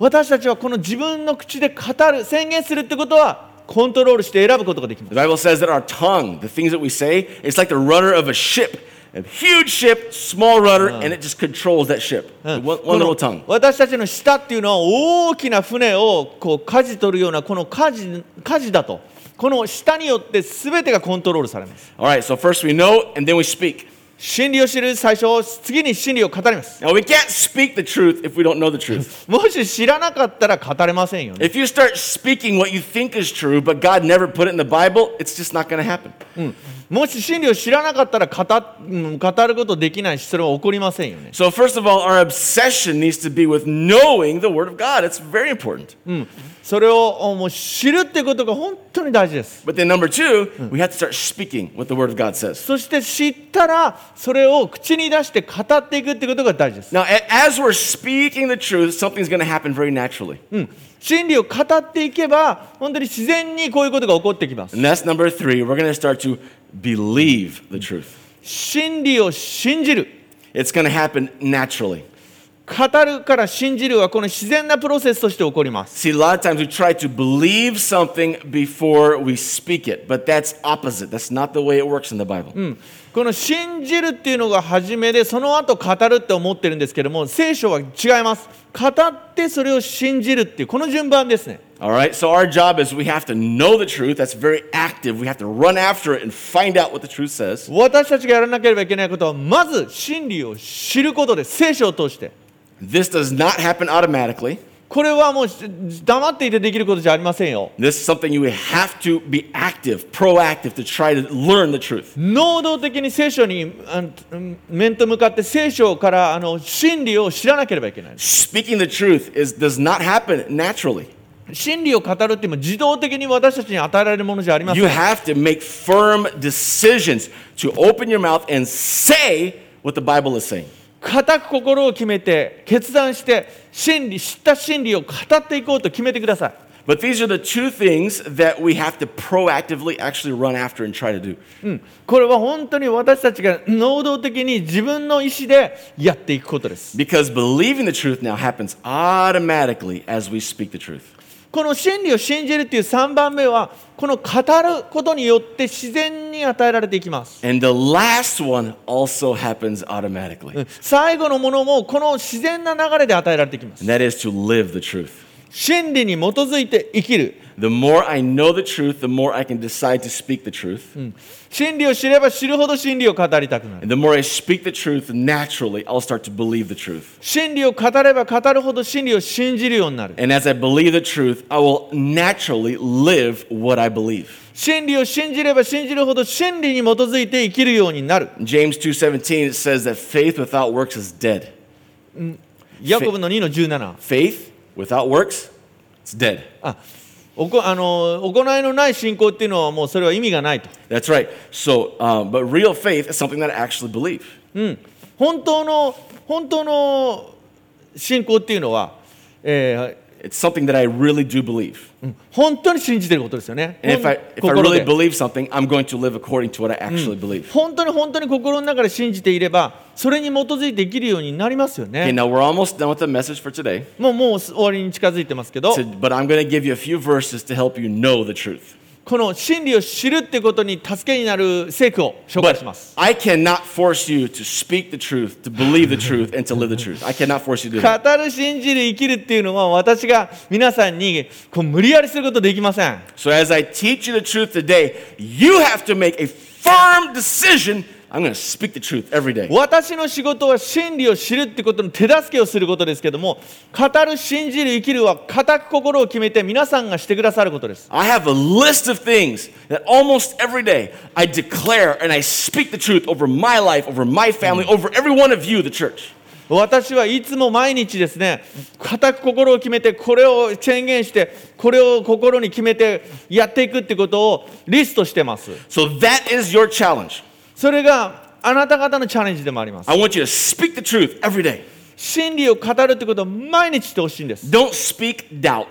Speaker 2: 私たちはこの自分の口で語る宣言するってことはコントロールして選ぶことができます
Speaker 1: The Bible says that our tongue, the things that we say, it's like the rudder of a ship. A huge ship, small rudder, and it just controls that ship.
Speaker 2: うん
Speaker 1: One,
Speaker 2: こ
Speaker 1: one
Speaker 2: の
Speaker 1: little tongue.
Speaker 2: 私たちの舌っていうのは大きな船をこう舵取るようなこの舵舵だとこの舌によって全てがコントロールされます
Speaker 1: All right, so first we know and then we speak.
Speaker 2: 真理を知る最初次に真理を語ります
Speaker 1: Now we can't speak the truth if we don't know the truth.
Speaker 2: もし知らなかったら語れませんよね
Speaker 1: if you start speaking what you think is true, but God never put it in the Bible, it's just not going to happen.
Speaker 2: もし真理を知らなかったら語,、うん、語ることできないしそれは起こりませんよね、
Speaker 1: So first of all, our obsession needs to be with knowing the Word of God. It's very important.
Speaker 2: うん、それをおもう知るってことが本当に大事です
Speaker 1: But then number two, we have to start speaking what the Word of God says.
Speaker 2: そして知ったらそれを口に出して語っていくってことが大事です、
Speaker 1: Now, a- as we're speaking the truth, something's going to happen very naturally,
Speaker 2: うん、真理を語っていけば本当に自然にこういうことが起こってきます
Speaker 1: and that's number three. We're going to start to believe the truth.
Speaker 2: 真理を信じる
Speaker 1: It's going to happen naturally.
Speaker 2: 語るから信じるはこの自然なプロセスとして起こります
Speaker 1: See, a lot of times we try to believe something before we speak it, but that's opposite. That's not the way it works in the Bible.
Speaker 2: うんこの信じるっていうのが初めでその後語るって思ってるんですけども聖書は違います語ってそれを信じるっていうこの順番ですね
Speaker 1: All right, so our job is we have to know the truth. That's very active. We have to run after it and find out what the truth says.
Speaker 2: 私たちがやらなければいけないことはまず真理を知ることです聖書を通して
Speaker 1: This does not happen automatically.
Speaker 2: これはもうし黙っていてできることじゃありませんよ
Speaker 1: This is something you have to be active, proactive to try to learn the truth.
Speaker 2: 能動的に聖書にあのうん面と向かって聖書からあの真理を知らなければいけない
Speaker 1: Speaking the truth is does not happen naturally.
Speaker 2: 真理を語るっていうのは自動的に私たちに与えられるものじゃありません
Speaker 1: You have to make firm decisions to open your mouth and say what the Bible is saying.
Speaker 2: 固く心を決めて決断して真理知った真理を語っていこうと決めてください
Speaker 1: But these are the two things that we have to proactively actually run after and try to do.
Speaker 2: うん、これは本当に私たちが能動的に自分の意思でやっていくことです
Speaker 1: Because believing the truth now happens automatically as we speak the truth.
Speaker 2: この真理を信じるっていう3番目はこの語ることによって自然に与えられていきます
Speaker 1: And the last one also happens automatically,
Speaker 2: うん最後のものもこの自然な流れで与えられていきます
Speaker 1: and that is to live the truth.
Speaker 2: 真理に基づいて生きる
Speaker 1: The more I know the truth, the more I can decide to speak the truth.
Speaker 2: 真理を知れば知るほど真理を語りたくなる
Speaker 1: And the more I speak the truth, naturally, I'll start to believe the truth.
Speaker 2: 真理を語れば語るほど真理を信じるようになる
Speaker 1: And as I believe the truth, I will naturally live what I believe.
Speaker 2: 真理を信じれば信じるほど真理に基づいて生きるようになる
Speaker 1: In James 2:17 it says that faith without works is dead.
Speaker 2: ヤコブの2の17
Speaker 1: Faith without works, it's dead.
Speaker 2: あおこあの行いのない信仰っていうのはもうそれは意味がないと、
Speaker 1: That's right. So, um, but real faith is something that I actually believe.
Speaker 2: うん、本当の本当の信仰っていうのは、え
Speaker 1: It's something that I really do believe.
Speaker 2: ーうん本当に信じてることですよね
Speaker 1: And if I,
Speaker 2: ほん
Speaker 1: if I
Speaker 2: 心
Speaker 1: really
Speaker 2: で
Speaker 1: believe something, I'm going to live according to what I actually believe.
Speaker 2: 本当に本当に心の中で信じていればそれに基づいて生きるようになりますよ
Speaker 1: Okay,
Speaker 2: ね
Speaker 1: now we're almost done with the message for today,
Speaker 2: もうもう終わりに近づいてますけど
Speaker 1: So- but I'm going to give you a few verses to help you know the truth.
Speaker 2: この真理を知るってことに助けになる聖句を紹介
Speaker 1: But
Speaker 2: します
Speaker 1: I cannot force you to speak the truth, to believe the truth, and to live the truth. I cannot force you to do that.
Speaker 2: 語る信じる生きるっていうのは私が皆さんにこう無理やりすることできません
Speaker 1: So as I teach you the truth today, you have to make a firm decision I'm going to speak the truth every day.
Speaker 2: 私の仕事は真理を知るってことの手助けをすることですけども語る信じる生きるは固く心を決めて皆さんがしてくださることです
Speaker 1: I have a list of things that almost every day I declare and I speak the truth over my life, over my family, over every one of you, the church.
Speaker 2: 私はいつも毎日ですね固く心を決めてこれを宣言してこれを心に決めてやっていくってことをリストしてます
Speaker 1: So that is your challenge.
Speaker 2: それがあなた方のチャレンジでもあります
Speaker 1: I want you to speak the truth every day.
Speaker 2: 真理を語るってことを毎日してほしいんです
Speaker 1: Don't speak doubt.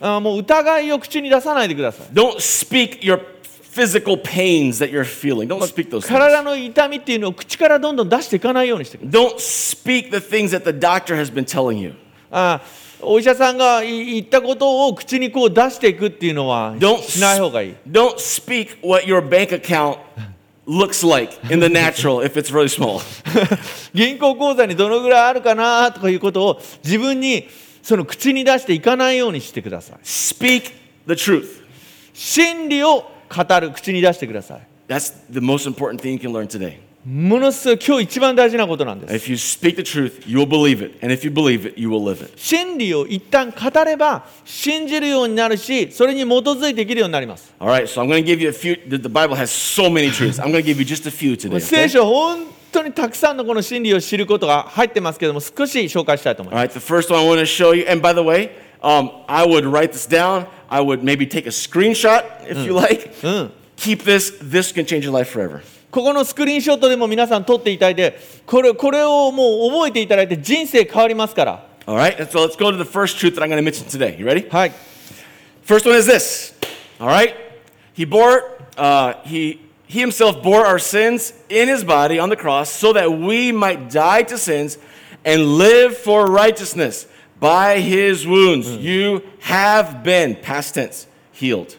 Speaker 2: あーもう疑いを口に出さないでください
Speaker 1: Don't speak your physical pains that you're feeling. Don't speak those things.
Speaker 2: 体の痛みっていうのを口からどんどん出していかないようにしてください
Speaker 1: Don't speak the things that the doctor has been telling you.
Speaker 2: あお医者さんがい言ったことを口にこう出していくっていうのは
Speaker 1: Don't
Speaker 2: しない方がいい
Speaker 1: Don't speak what your bank account looks like in the natural if it's really small.
Speaker 2: 銀行口座にどのぐらいあるかなとかいうことを自分にその口に出していかないようにしてください
Speaker 1: Speak the truth.
Speaker 2: 真理を語る口に出してください
Speaker 1: That's the most important thing you can learn today.
Speaker 2: ものすごい今日一番大事なことなんです
Speaker 1: If you speak the truth, you will believe it. And if you believe it, you will live it.
Speaker 2: 真理を一旦語れば信じるようになるしそれに基づいて生きるようになります
Speaker 1: All right, so I'm going to give you a few. The the Bible has so many truths. I'm going to give you just a few today.
Speaker 2: 聖
Speaker 1: okay?
Speaker 2: 書本当にたくさんのこの真理を知ることが入ってますけども少し紹介したいと思います
Speaker 1: All right, the first one I want to show you, and by the way, um, I would write this down. I would maybe take a screenshot if you like. Keep this. This can change your life forever.
Speaker 2: ここのスクリーンショットでも皆さん撮っていただいてこれこれをもう覚えていただいて人生変わりますから
Speaker 1: All right, and so let's go to the first truth that I'm going to mention today. You ready?
Speaker 2: はい
Speaker 1: First one is this. All right, he bore uh, he he himself bore our sins in his body on the cross, so that we might die to sins and live for righteousness. By his wounds, you have been past tense healed.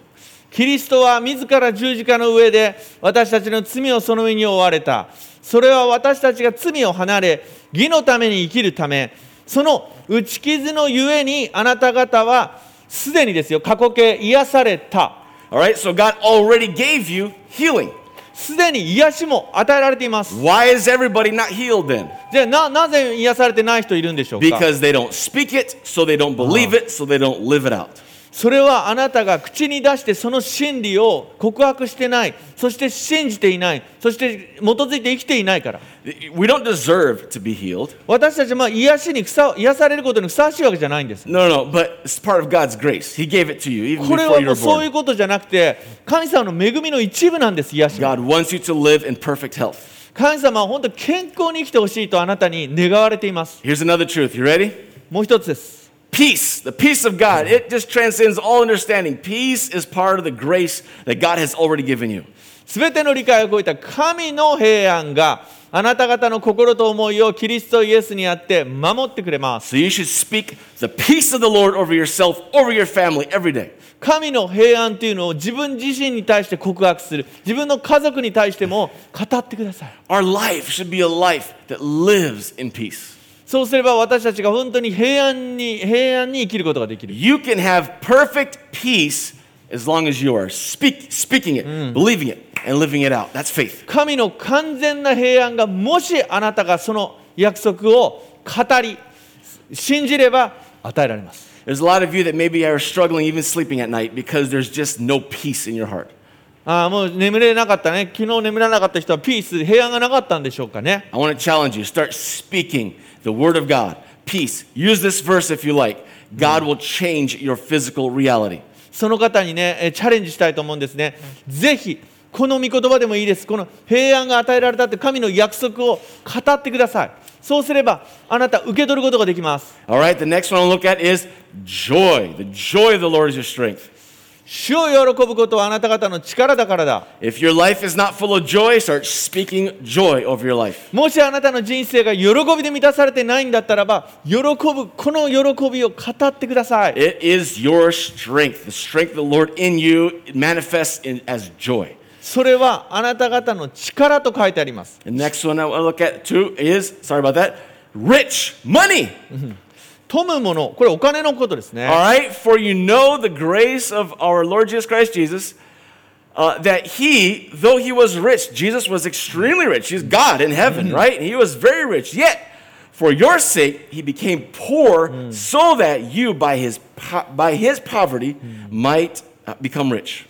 Speaker 2: キリストは自ら十字架の上で私たちの罪をその上に負われたそれは私たちが罪を離れ義のために生きるためその打ち傷のゆえにあなた方はすでにですよ過去形癒された
Speaker 1: All right, so God already gave you healing.
Speaker 2: すでに癒しも与えられています
Speaker 1: Why is everybody not healed then?
Speaker 2: じゃあななぜ癒されてない人いるんでしょうか
Speaker 1: Because they don't speak it, so they don't believe it, so they don't live it out.
Speaker 2: それはあなたが口に出してその真理を告白してないそして信じていないそして基づいて生きていないから
Speaker 1: We don't deserve to be healed.
Speaker 2: 私たちはまあ癒しにふさ癒されることにふさわしいわけじゃないんです
Speaker 1: No, no, no, but it's part of God's grace. He gave it to you even
Speaker 2: これ
Speaker 1: before
Speaker 2: は
Speaker 1: you
Speaker 2: も
Speaker 1: were
Speaker 2: うそういう
Speaker 1: born.
Speaker 2: ことじゃなくて神様の恵みの一部なんです癒しは
Speaker 1: God wants you to live in perfect health.
Speaker 2: 神様は本当健康に生きてほしいとあなたに願われています
Speaker 1: Here's another truth. You ready?
Speaker 2: もう一つです
Speaker 1: Peace, the peace of God, it just transcends all understanding. Peace is part of the grace that God has already given you.
Speaker 2: 全ての理解を超えた神の平安があなた方の心と思いをキリストイエスにあって守ってくれます
Speaker 1: So you should speak the peace of the Lord over yourself, over your family every day.
Speaker 2: 神の平安というのを自分自身に対して告白する自分の家族に対しても語ってください
Speaker 1: Our life should be a life that lives in peace.
Speaker 2: そうすれば私たちが本当に平安に平安に生きることができる
Speaker 1: You can have perfect peace as long as you are speak, speaking it, believing it, and living it out. That's faith.
Speaker 2: 神の完全な平安がもしあなたがその約束を語り信じれば与えられます
Speaker 1: There's a lot of you that maybe are struggling even sleeping at night because there's just no peace in your heart.
Speaker 2: ああもう眠れなかったね昨日眠らなかった人はピース平安がなかったんでしょうかね
Speaker 1: I want to challenge you start speaking the word of God, peace. Use this verse if you like. God will change your physical reality.
Speaker 2: その方にねえチャレンジしたいと思うんですねぜひこの御言葉でもいいですこの平安が与えられたって神の約束を語ってくださいそうすればあなた受け取ることができます
Speaker 1: All right, the next one I'll look at is joy. The joy of the Lord is your strength.
Speaker 2: 主を喜ぶことはあなた方の力だからだ
Speaker 1: If your life is not full of joy, start speaking joy over your life.
Speaker 2: もしあなたの人生が喜びで満たされてないんだったらば喜ぶこの喜びを語ってください
Speaker 1: It is your strength. The strength of the Lord in you it manifests in, as joy.
Speaker 2: それはあなた方の力と書いてあります
Speaker 1: The next one I want to look at too is sorry about that. Rich money.
Speaker 2: 富むものこれお金のことですね
Speaker 1: All right, for you know the grace of our Lord Jesus Christ Jesus, uh, uh, that he, though he was rich, Jesus was extremely rich. He's God in heaven, right? He was very rich. Yet, for your sake, he became poor so that you, by his, po- by his poverty, might uh, become rich.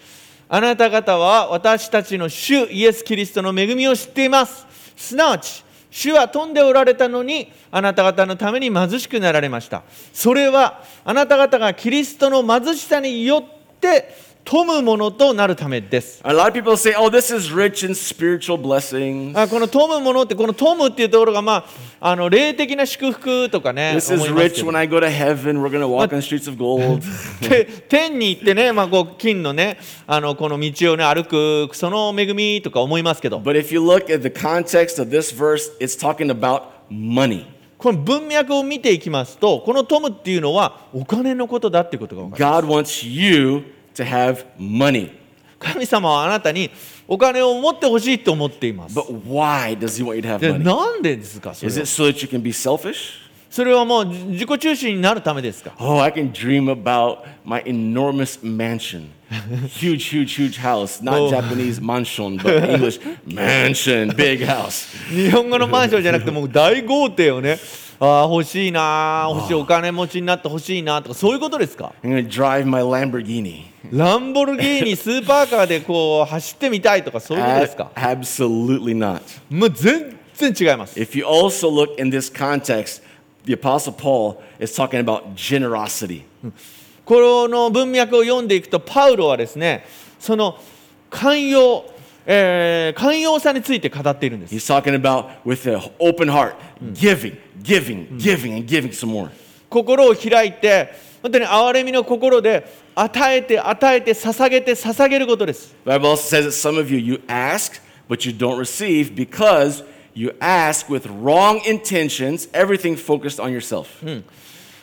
Speaker 2: あなた方は私たちの主イエス・キリストの恵みを知っています。すなわち、主は富んでおられたのに、あなた方のために貧しくなられました。それは、あなた方がキリストの貧しさによって富むものとなるためです。
Speaker 1: A lot of people say, oh, this is rich in spiritual blessings.
Speaker 2: あこの富むものって、この富むっていうところが、まあ、あの霊的な祝福とかね、
Speaker 1: This
Speaker 2: 思
Speaker 1: is
Speaker 2: います
Speaker 1: rich
Speaker 2: けど
Speaker 1: when I go to heaven. We're going to walk
Speaker 2: But-
Speaker 1: on streets of gold.
Speaker 2: て天に行ってね、まあ、こう金のね、あのこの道を、ね、歩く、その恵みとか思いますけど。
Speaker 1: But if you look at the context of this verse, it's talking about money.
Speaker 2: この文脈を見ていきますとこのトムっていうのはお金のことだっていうことが分かる
Speaker 1: God wants you to have money.
Speaker 2: 神様はあなたにお金を持ってほしいと思っています
Speaker 1: But why does he want you to have
Speaker 2: で
Speaker 1: money?
Speaker 2: なんでですかそ
Speaker 1: Is
Speaker 2: れ
Speaker 1: it
Speaker 2: は
Speaker 1: so that you can be selfish?
Speaker 2: それはもうじ自己中心になるためですか
Speaker 1: Oh, I can dream about my enormous mansion. huge, huge, huge house. Not
Speaker 2: Oh.
Speaker 1: Japanese mansion, but English mansion, big house.
Speaker 2: 日本語のマンションじゃなくてもう大豪邸をねああ欲しいなあ欲しいお金持ちになってほしいなとかそういうことですか
Speaker 1: I'm going to drive my Lamborghini.
Speaker 2: ランボルギーニスーパーカーでこう走ってみたいとかそういうことです か
Speaker 1: A- absolutely not.
Speaker 2: もう全然違います
Speaker 1: If you also look in this context, the Apostle Paul is talking about generosity.
Speaker 2: この文脈を読んでいくとパウロはですねその寛容、えー寛容さについて語っているんです
Speaker 1: He's talking about with an open heart, giving, giving, giving, and giving some more.
Speaker 2: 心を開いて本当に憐れみの心で与えて与えて捧げて捧げることです
Speaker 1: The Bible also says that some of you, you ask, but you don't receive because you ask with wrong intentions, everything focused on yourself.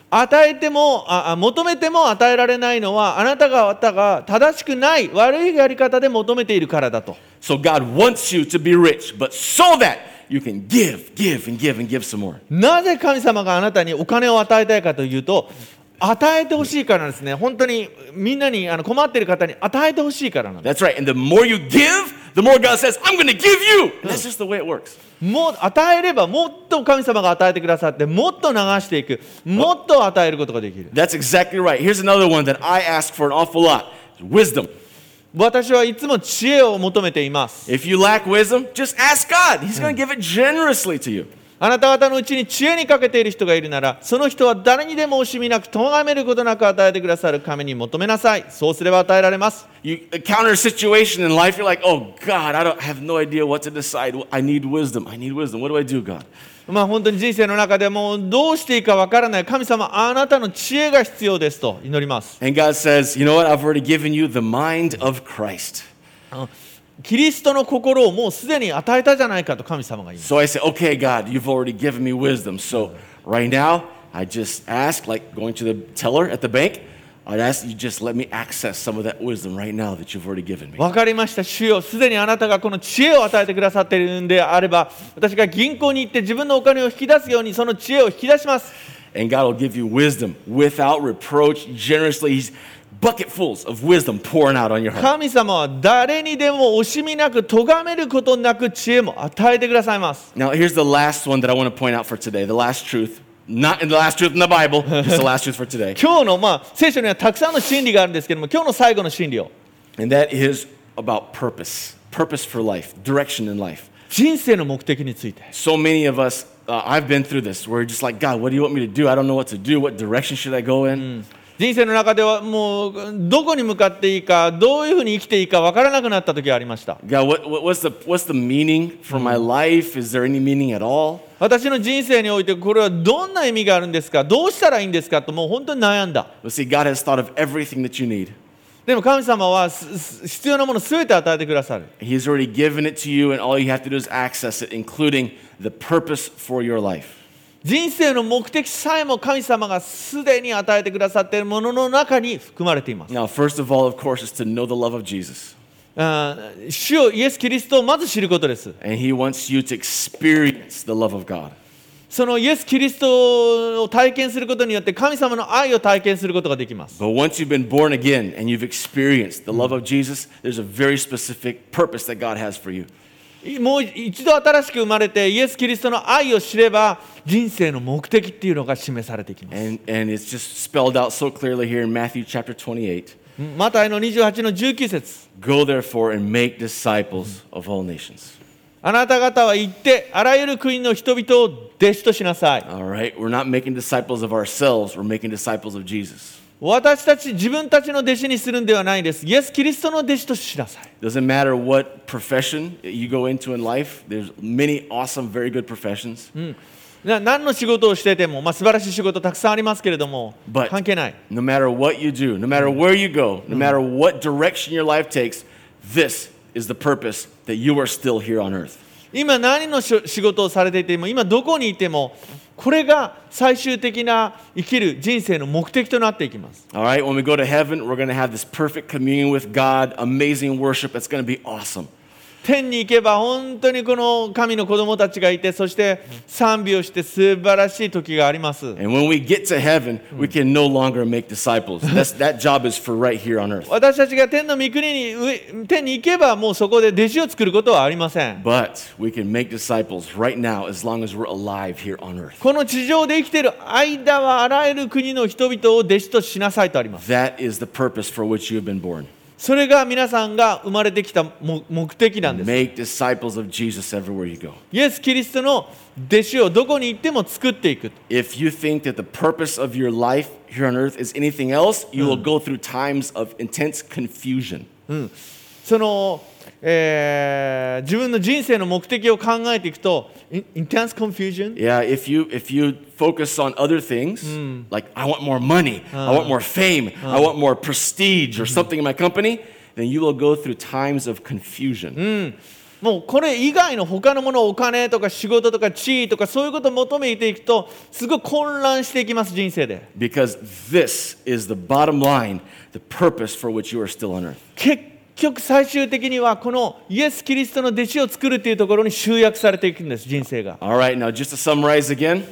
Speaker 2: 与えてもああ求めても与えられないのはあなた方が正しくない悪いやり方で求めているからだと
Speaker 1: So God wants you to be rich, but so that you can give, give, and give, and give some more.
Speaker 2: なぜ神様があなたにお金を与えたいかというと与えてほしいからなんですね本当にみんなにあの困っている方に与えてほしいからなんです
Speaker 1: That's right. And the more you give, the more God says, I'm going to give you. And that's just the way it works.
Speaker 2: もう与えればもっと神様が与えてくださってもっと流していくもっと与えることができる
Speaker 1: That's exactly right. Here's another one that I ask for an awful lot wisdom.
Speaker 2: 私はいつも知恵を求めています
Speaker 1: If you lack wisdom, just ask God. He's going to give it generously to you.
Speaker 2: あなた方のうちに知恵に欠けている人がいるならその人は誰にでも惜しみなく咎めることなく与えてくださる神に求めなさいそうすれば与えられます
Speaker 1: You encounter a situation in life, you're like, oh God, I don't I have no idea what to decide. I need wisdom. I need wisdom. What do I do, God?
Speaker 2: まあ本当に人生の中でもうどうしていいかわからない神様あなたの知恵が必要ですと祈ります
Speaker 1: And God says, you know what? I've already given you the mind of Christ.
Speaker 2: キリストの心をもうすでに与えたじゃないかと神様が言います
Speaker 1: So I say, okay, God, you've already given me wisdom. So right now, I just ask, like going to the teller at the bank, I'd ask you just let me access some of that wisdom right now that you've already given me.
Speaker 2: わかりました主よすでにあなたがこの知恵を与えてくださっているんであれば私が銀行に行って自分のお金を引き出すようにその知恵を引き出します
Speaker 1: And God will give you wisdom without reproach, generously. He's bucketfuls of wisdom pouring out on your heart.
Speaker 2: 神様は誰にでも惜しみなく咎めることなく知恵も与えてくださいます
Speaker 1: Now, here's the last one that I want to point out for today the last truth. Not in the last truth in the Bible, just the last truth for today.
Speaker 2: 今日のまあ聖書にはたくさんの真理があるんですけども今日の最後の真理を
Speaker 1: And that is about purpose purpose for life, direction in life.
Speaker 2: 人生の目的について
Speaker 1: So many of us, uh, I've been through this, where you're just like, God, what do you want me to do? I don't know what to do. What direction should I go in?
Speaker 2: 人生の中ではもうどこに向かっていいかどういうふうに生きていいか分からなくなった時がありました
Speaker 1: God, what, what, what's, the, what's the meaning for my life? Is there any meaning at all?
Speaker 2: 私の人生においてこれはどんな意味があるんですかどうしたらいいんですかともう本当に悩んだ
Speaker 1: But see, God has thought of everything that you need.
Speaker 2: でも神様はすす必要なもの全て与えてくださる
Speaker 1: He's already given it to you, and all you have to do is access it, including the purpose for your life.
Speaker 2: 人生の目的さえも神様がすでに与えてくださっているものの中に含まれています
Speaker 1: Now, first of all, of course, is to know the love of Jesus.
Speaker 2: あー主をイエス・キリストをまず知ることです
Speaker 1: And He wants you to experience the love of God.
Speaker 2: そのイエス・キリストを体験することによって神様の愛を体験することができます
Speaker 1: But once you've been born again and you've experienced the love of Jesus, there's a very specific purpose that God has for you.
Speaker 2: もう一度新しく生まれてイエス・キリストの愛を知れば人生の目的っていうのが示されてきます
Speaker 1: And, and it's just spelled out so clearly here in Matthew chapter 28.
Speaker 2: マタイの28の19節
Speaker 1: Go therefore and make disciples of all nations.
Speaker 2: あなた方は行ってあらゆる国の人々を弟子としなさい
Speaker 1: All right, we're not making disciples of ourselves, we're making disciples of Jesus.
Speaker 2: 私たち自分たちの弟子にするんではないですイエス・キリストの弟子としなさい
Speaker 1: Doesn't matter what profession you go into in life, there's many awesome, very good professions.
Speaker 2: な何の仕事をしてても、まあ、素晴らしい仕事たくさんありますけれども
Speaker 1: But-
Speaker 2: 関係ない
Speaker 1: No matter what you do, no matter where you go, no matter what direction your life takes, this is the purpose that you are still here on earth.
Speaker 2: 今何のし仕事をされていても今どこにいてもこれが最終的な生きる人生の目的となっていきます
Speaker 1: All right, when we go to heaven, we're going to have this perfect communion with God, amazing worship. It's going to be awesome.
Speaker 2: 天に行けば本当にこの神の子供たちがいてそして賛美をして素晴らしい時があります
Speaker 1: And when we get to heaven, we can no longer make disciples. That's, that job is for right here on earth.
Speaker 2: 私たちが天の御国に上天に行けばもうそこで弟子を作ることはありません
Speaker 1: But we can make disciples right now as long as we're alive here on earth.
Speaker 2: この地上で生きている間はあらゆる国の人々を弟子としなさいとあります
Speaker 1: That is the purpose for which you have been born.
Speaker 2: それが皆さんが生まれてきたも目的なんです。
Speaker 1: Make disciples of Jesus everywhere you go.
Speaker 2: イエス・キリストの弟子をどこに行っても作っていく。
Speaker 1: If you think that the purpose of your life here on earth is anything else, you will go through times of intense confusion.
Speaker 2: その、えー自分の人生の目的を考えていくと、インテンス・コンフュージョン、
Speaker 1: Yeah, if you if you focus on other things, like I want more money, I want more fame, I want more prestige or something in my company, then you will go through times of confusion.
Speaker 2: もうこれ以外の他のもの、お金とか仕事とか地位とかそういうことを求めていくと、すごい混乱していきます、人生で。
Speaker 1: Because this is the bottom line, the purpose for which you are still on earth.
Speaker 2: 結局最終的にはこのイエス・キリストの弟子を作るというところに集約されていくんです、人生が。
Speaker 1: All right, now just to summarize again,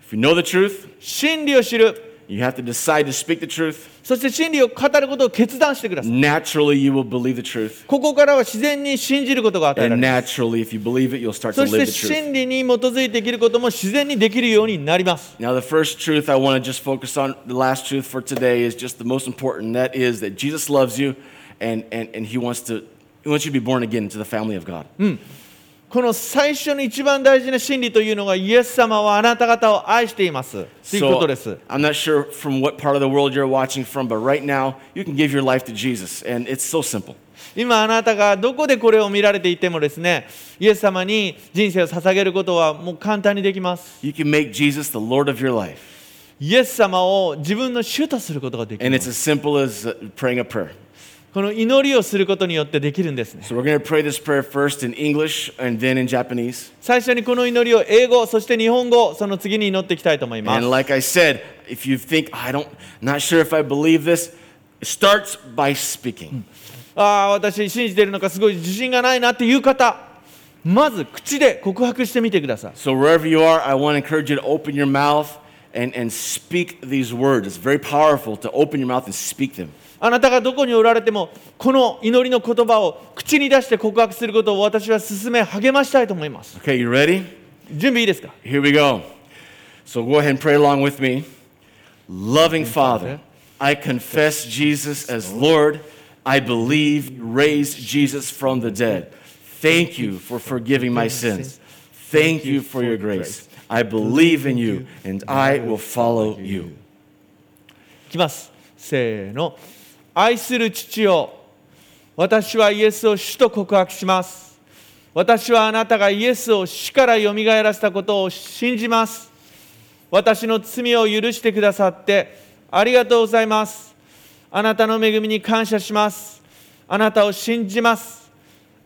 Speaker 1: if you know the truth,
Speaker 2: 真理を知る。
Speaker 1: you have to decide to speak the truth.
Speaker 2: そして真理を語ることを決断してください。
Speaker 1: Naturally, you will believe the truth.
Speaker 2: ここからは自然に信じることが与えら
Speaker 1: And
Speaker 2: れる。
Speaker 1: naturally, if you believe it, you'll start to
Speaker 2: そし
Speaker 1: live
Speaker 2: て
Speaker 1: the truth.
Speaker 2: 真理に基づいて生きることも自然にできるようになります。
Speaker 1: Now, the first truth I want to just focus on, the last truth for today is just the most important. That is that Jesus loves you and, and, and he, wants to, he wants you to be born again into the family of God.
Speaker 2: この最初の一番大事な真理というのがイエス様はあなた方を愛しています。ということです。
Speaker 1: I'm not sure from what part of the world you're watching from, but right now you can give your life to Jesus, and it's so simple.
Speaker 2: 今あなたがどこでこれを見られていてもですね、イエス様に人生を捧げることはもう簡単にできます。
Speaker 1: You can make Jesus the Lord of your life,
Speaker 2: イエス様を自分の主とすることができ
Speaker 1: and
Speaker 2: る
Speaker 1: it's。as simple as uh, praying a prayer.
Speaker 2: この祈りをすることによってできるんですね。
Speaker 1: So we're going to pray this prayer first in English and then in Japanese.
Speaker 2: 最初にこの祈りを英語、そして日本語、その次に祈っていきたいと思います
Speaker 1: And。like I said, if you think I don't, not sure if I believe this, it starts by speaking.
Speaker 2: ああ私信じているのかすごい自信がないなっていう方まず口で告白してみてください
Speaker 1: So wherever you are, I want to encourage you to open your mouth and, and speak these words. It's very powerful to open your mouth and speak them.
Speaker 2: あなたがどこにおられてもこの祈りの言葉を口に出して告白することを私は勧め励ましたいと思います
Speaker 1: Okay, you ready?
Speaker 2: 準備いいですか
Speaker 1: Here we go. So go ahead and pray along with me. Loving Father, I confess Jesus as Lord. I believe you raised Jesus from the dead. Thank you for forgiving my sins. Thank you for your grace. I believe in you and I will follow you.
Speaker 2: いきますせーの愛する父よ私はイエスを主と告白します私はあなたがイエスを死からよみがえらせたことを信じます私の罪を許してくださってありがとうございますあなたの恵みに感謝しますあなたを信じます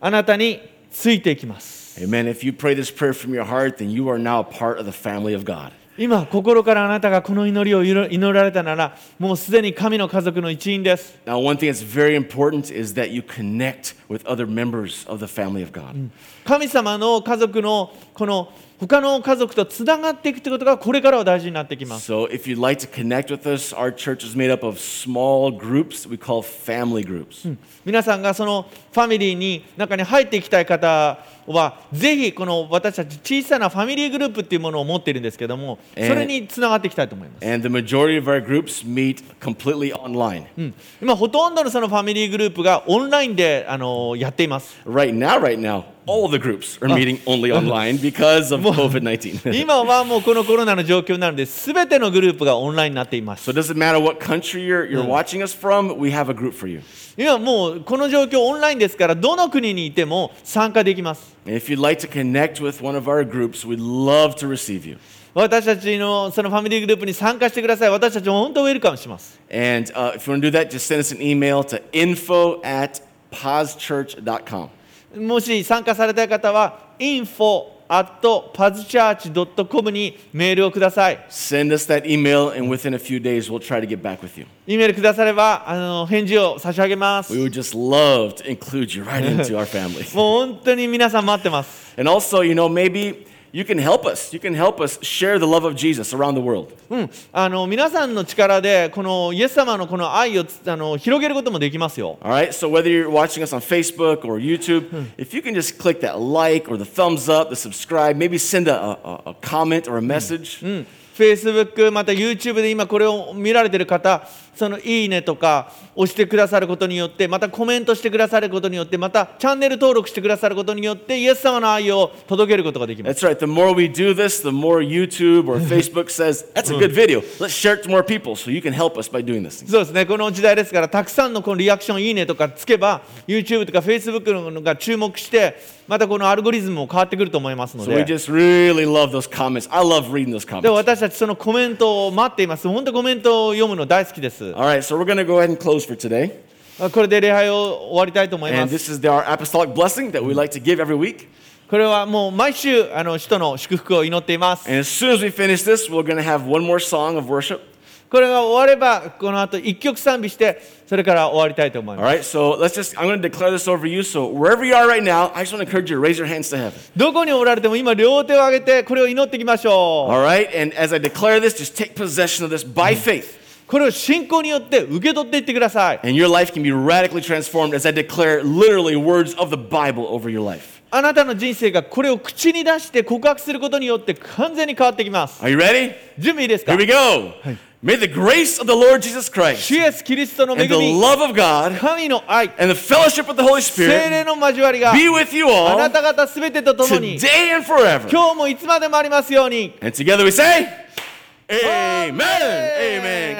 Speaker 2: あなたについていきます
Speaker 1: Amen. If you pray this prayer from your heart, then you are now a part of the family of God.
Speaker 2: い今心からあなたがこの祈りを祈祈られたならもうすでに神の家族の一員です
Speaker 1: Now, one thing that's very important is that you connect with other members of the family of God.
Speaker 2: 神様の家族のこの他の家族とつながっていくということがこれからは大事になってきます
Speaker 1: So, if you'd like to connect with us, our church is made up of small groups we call family groups.
Speaker 2: 皆さんがそのファミリーに中に入っていきたい方はぜひこの私たち小さなファミリーグループっていうものを持っているんですけどもそ
Speaker 1: えー
Speaker 2: れにつながっていきたいと思います、
Speaker 1: And the majority of our groups meet completely online.
Speaker 2: うん今ほとんどのそのファミリーグループがオンラインであのやっています
Speaker 1: Right now, right now, all the groups are meeting only online because of COVID 19.
Speaker 2: 今はもうこのコロナの状況なので全てのグループがオンラインになっています
Speaker 1: So, it doesn't matter what country you're, you're watching us from, we have a group for you.
Speaker 2: 今もうこの状況オンラインですからどの国にいても参加できます
Speaker 1: And if you'd like to connect with one of our groups, we'd love to receive you.
Speaker 2: 私たちのそのファミリーグループに参加してください私たちも本当ウェルカムします
Speaker 1: And uh, if you want to do that, just send us an email to info at pauschurch.com.
Speaker 2: もし参加されたい方は info at pazchurch.com にメールをください
Speaker 1: Send us that email, and within a few days, we'll try to get back with you.
Speaker 2: イメールくださればあの返事を差し上げます
Speaker 1: We
Speaker 2: もう
Speaker 1: would just love to include you right into our family.
Speaker 2: 本当に皆さん待ってます
Speaker 1: And also, you know, maybe you can help us. You can help us share the love of Jesus around the world.
Speaker 2: うん、あの皆さんの力でこのイエス様のこの愛をつあの広げることもできますよ
Speaker 1: All right, so whether you're watching us on Facebook or YouTube, if you can just click that like or the thumbs up, the subscribe, maybe send a, a, a comment or a message.
Speaker 2: うん、Facebook また YouTube で今これを見られてる方その「いいね」とか押してくださることによってまたコメントしてくださることによってまたチャンネル登録してくださることによってイエス様の愛を届けることができます
Speaker 1: That's right. The more we do this, the more YouTube or Facebook says, that's a good video. Let's share it to more people so you can help us by doing this.
Speaker 2: そうですねこの時代ですからたくさんのこのリアクション「いいね」とかつけば YouTube とか Facebook が注目してまたこのアルゴリズムも変わってくると思いますの
Speaker 1: So we
Speaker 2: で。
Speaker 1: just really love those comments. I love reading those
Speaker 2: で
Speaker 1: comments.
Speaker 2: 私たちそのコメントを待っています。本当コメントを読むの大好きです。
Speaker 1: All right, so we're going to go ahead and close for today.
Speaker 2: これで礼拝を終わりたいと思いま
Speaker 1: And this
Speaker 2: す。
Speaker 1: is our apostolic blessing that we like to give every week.
Speaker 2: これはもう毎週あの使徒の祝福を祈っています。
Speaker 1: And as soon as we finish this, we're going to have one more song of worship.
Speaker 2: これが終わればこの後一曲賛美してそれから終わりたいと思い
Speaker 1: All
Speaker 2: ます。
Speaker 1: right, so let's just, I'm going to declare this over you. So wherever you are right now, I just want to encourage you to raise your hands to heaven.
Speaker 2: どこにおられても今両手を上げてこれを祈っていきましょ
Speaker 1: All right, and as I declare this, just take possession of this by faith.
Speaker 2: う。これを信仰によって受け取っていってください。
Speaker 1: And your life can be radically transformed as I declare literally words of the Bible over your life.
Speaker 2: あなたの人生がこれを口に出して告白することによって完全に変わってきます。
Speaker 1: Are you ready?
Speaker 2: 準備いいですか
Speaker 1: Here we go. May the grace of the Lord Jesus Christ
Speaker 2: 主イエスキリストの恵
Speaker 1: and the
Speaker 2: み、
Speaker 1: love of God
Speaker 2: 神の愛、
Speaker 1: and the fellowship of the Holy
Speaker 2: 精霊
Speaker 1: Spirit
Speaker 2: の交わりが
Speaker 1: be with you
Speaker 2: あな
Speaker 1: all
Speaker 2: た方すべてとともに
Speaker 1: today and forever.
Speaker 2: 今日もいつまでもありますように。
Speaker 1: And together we say,
Speaker 2: Amen.
Speaker 1: Amen. Amen.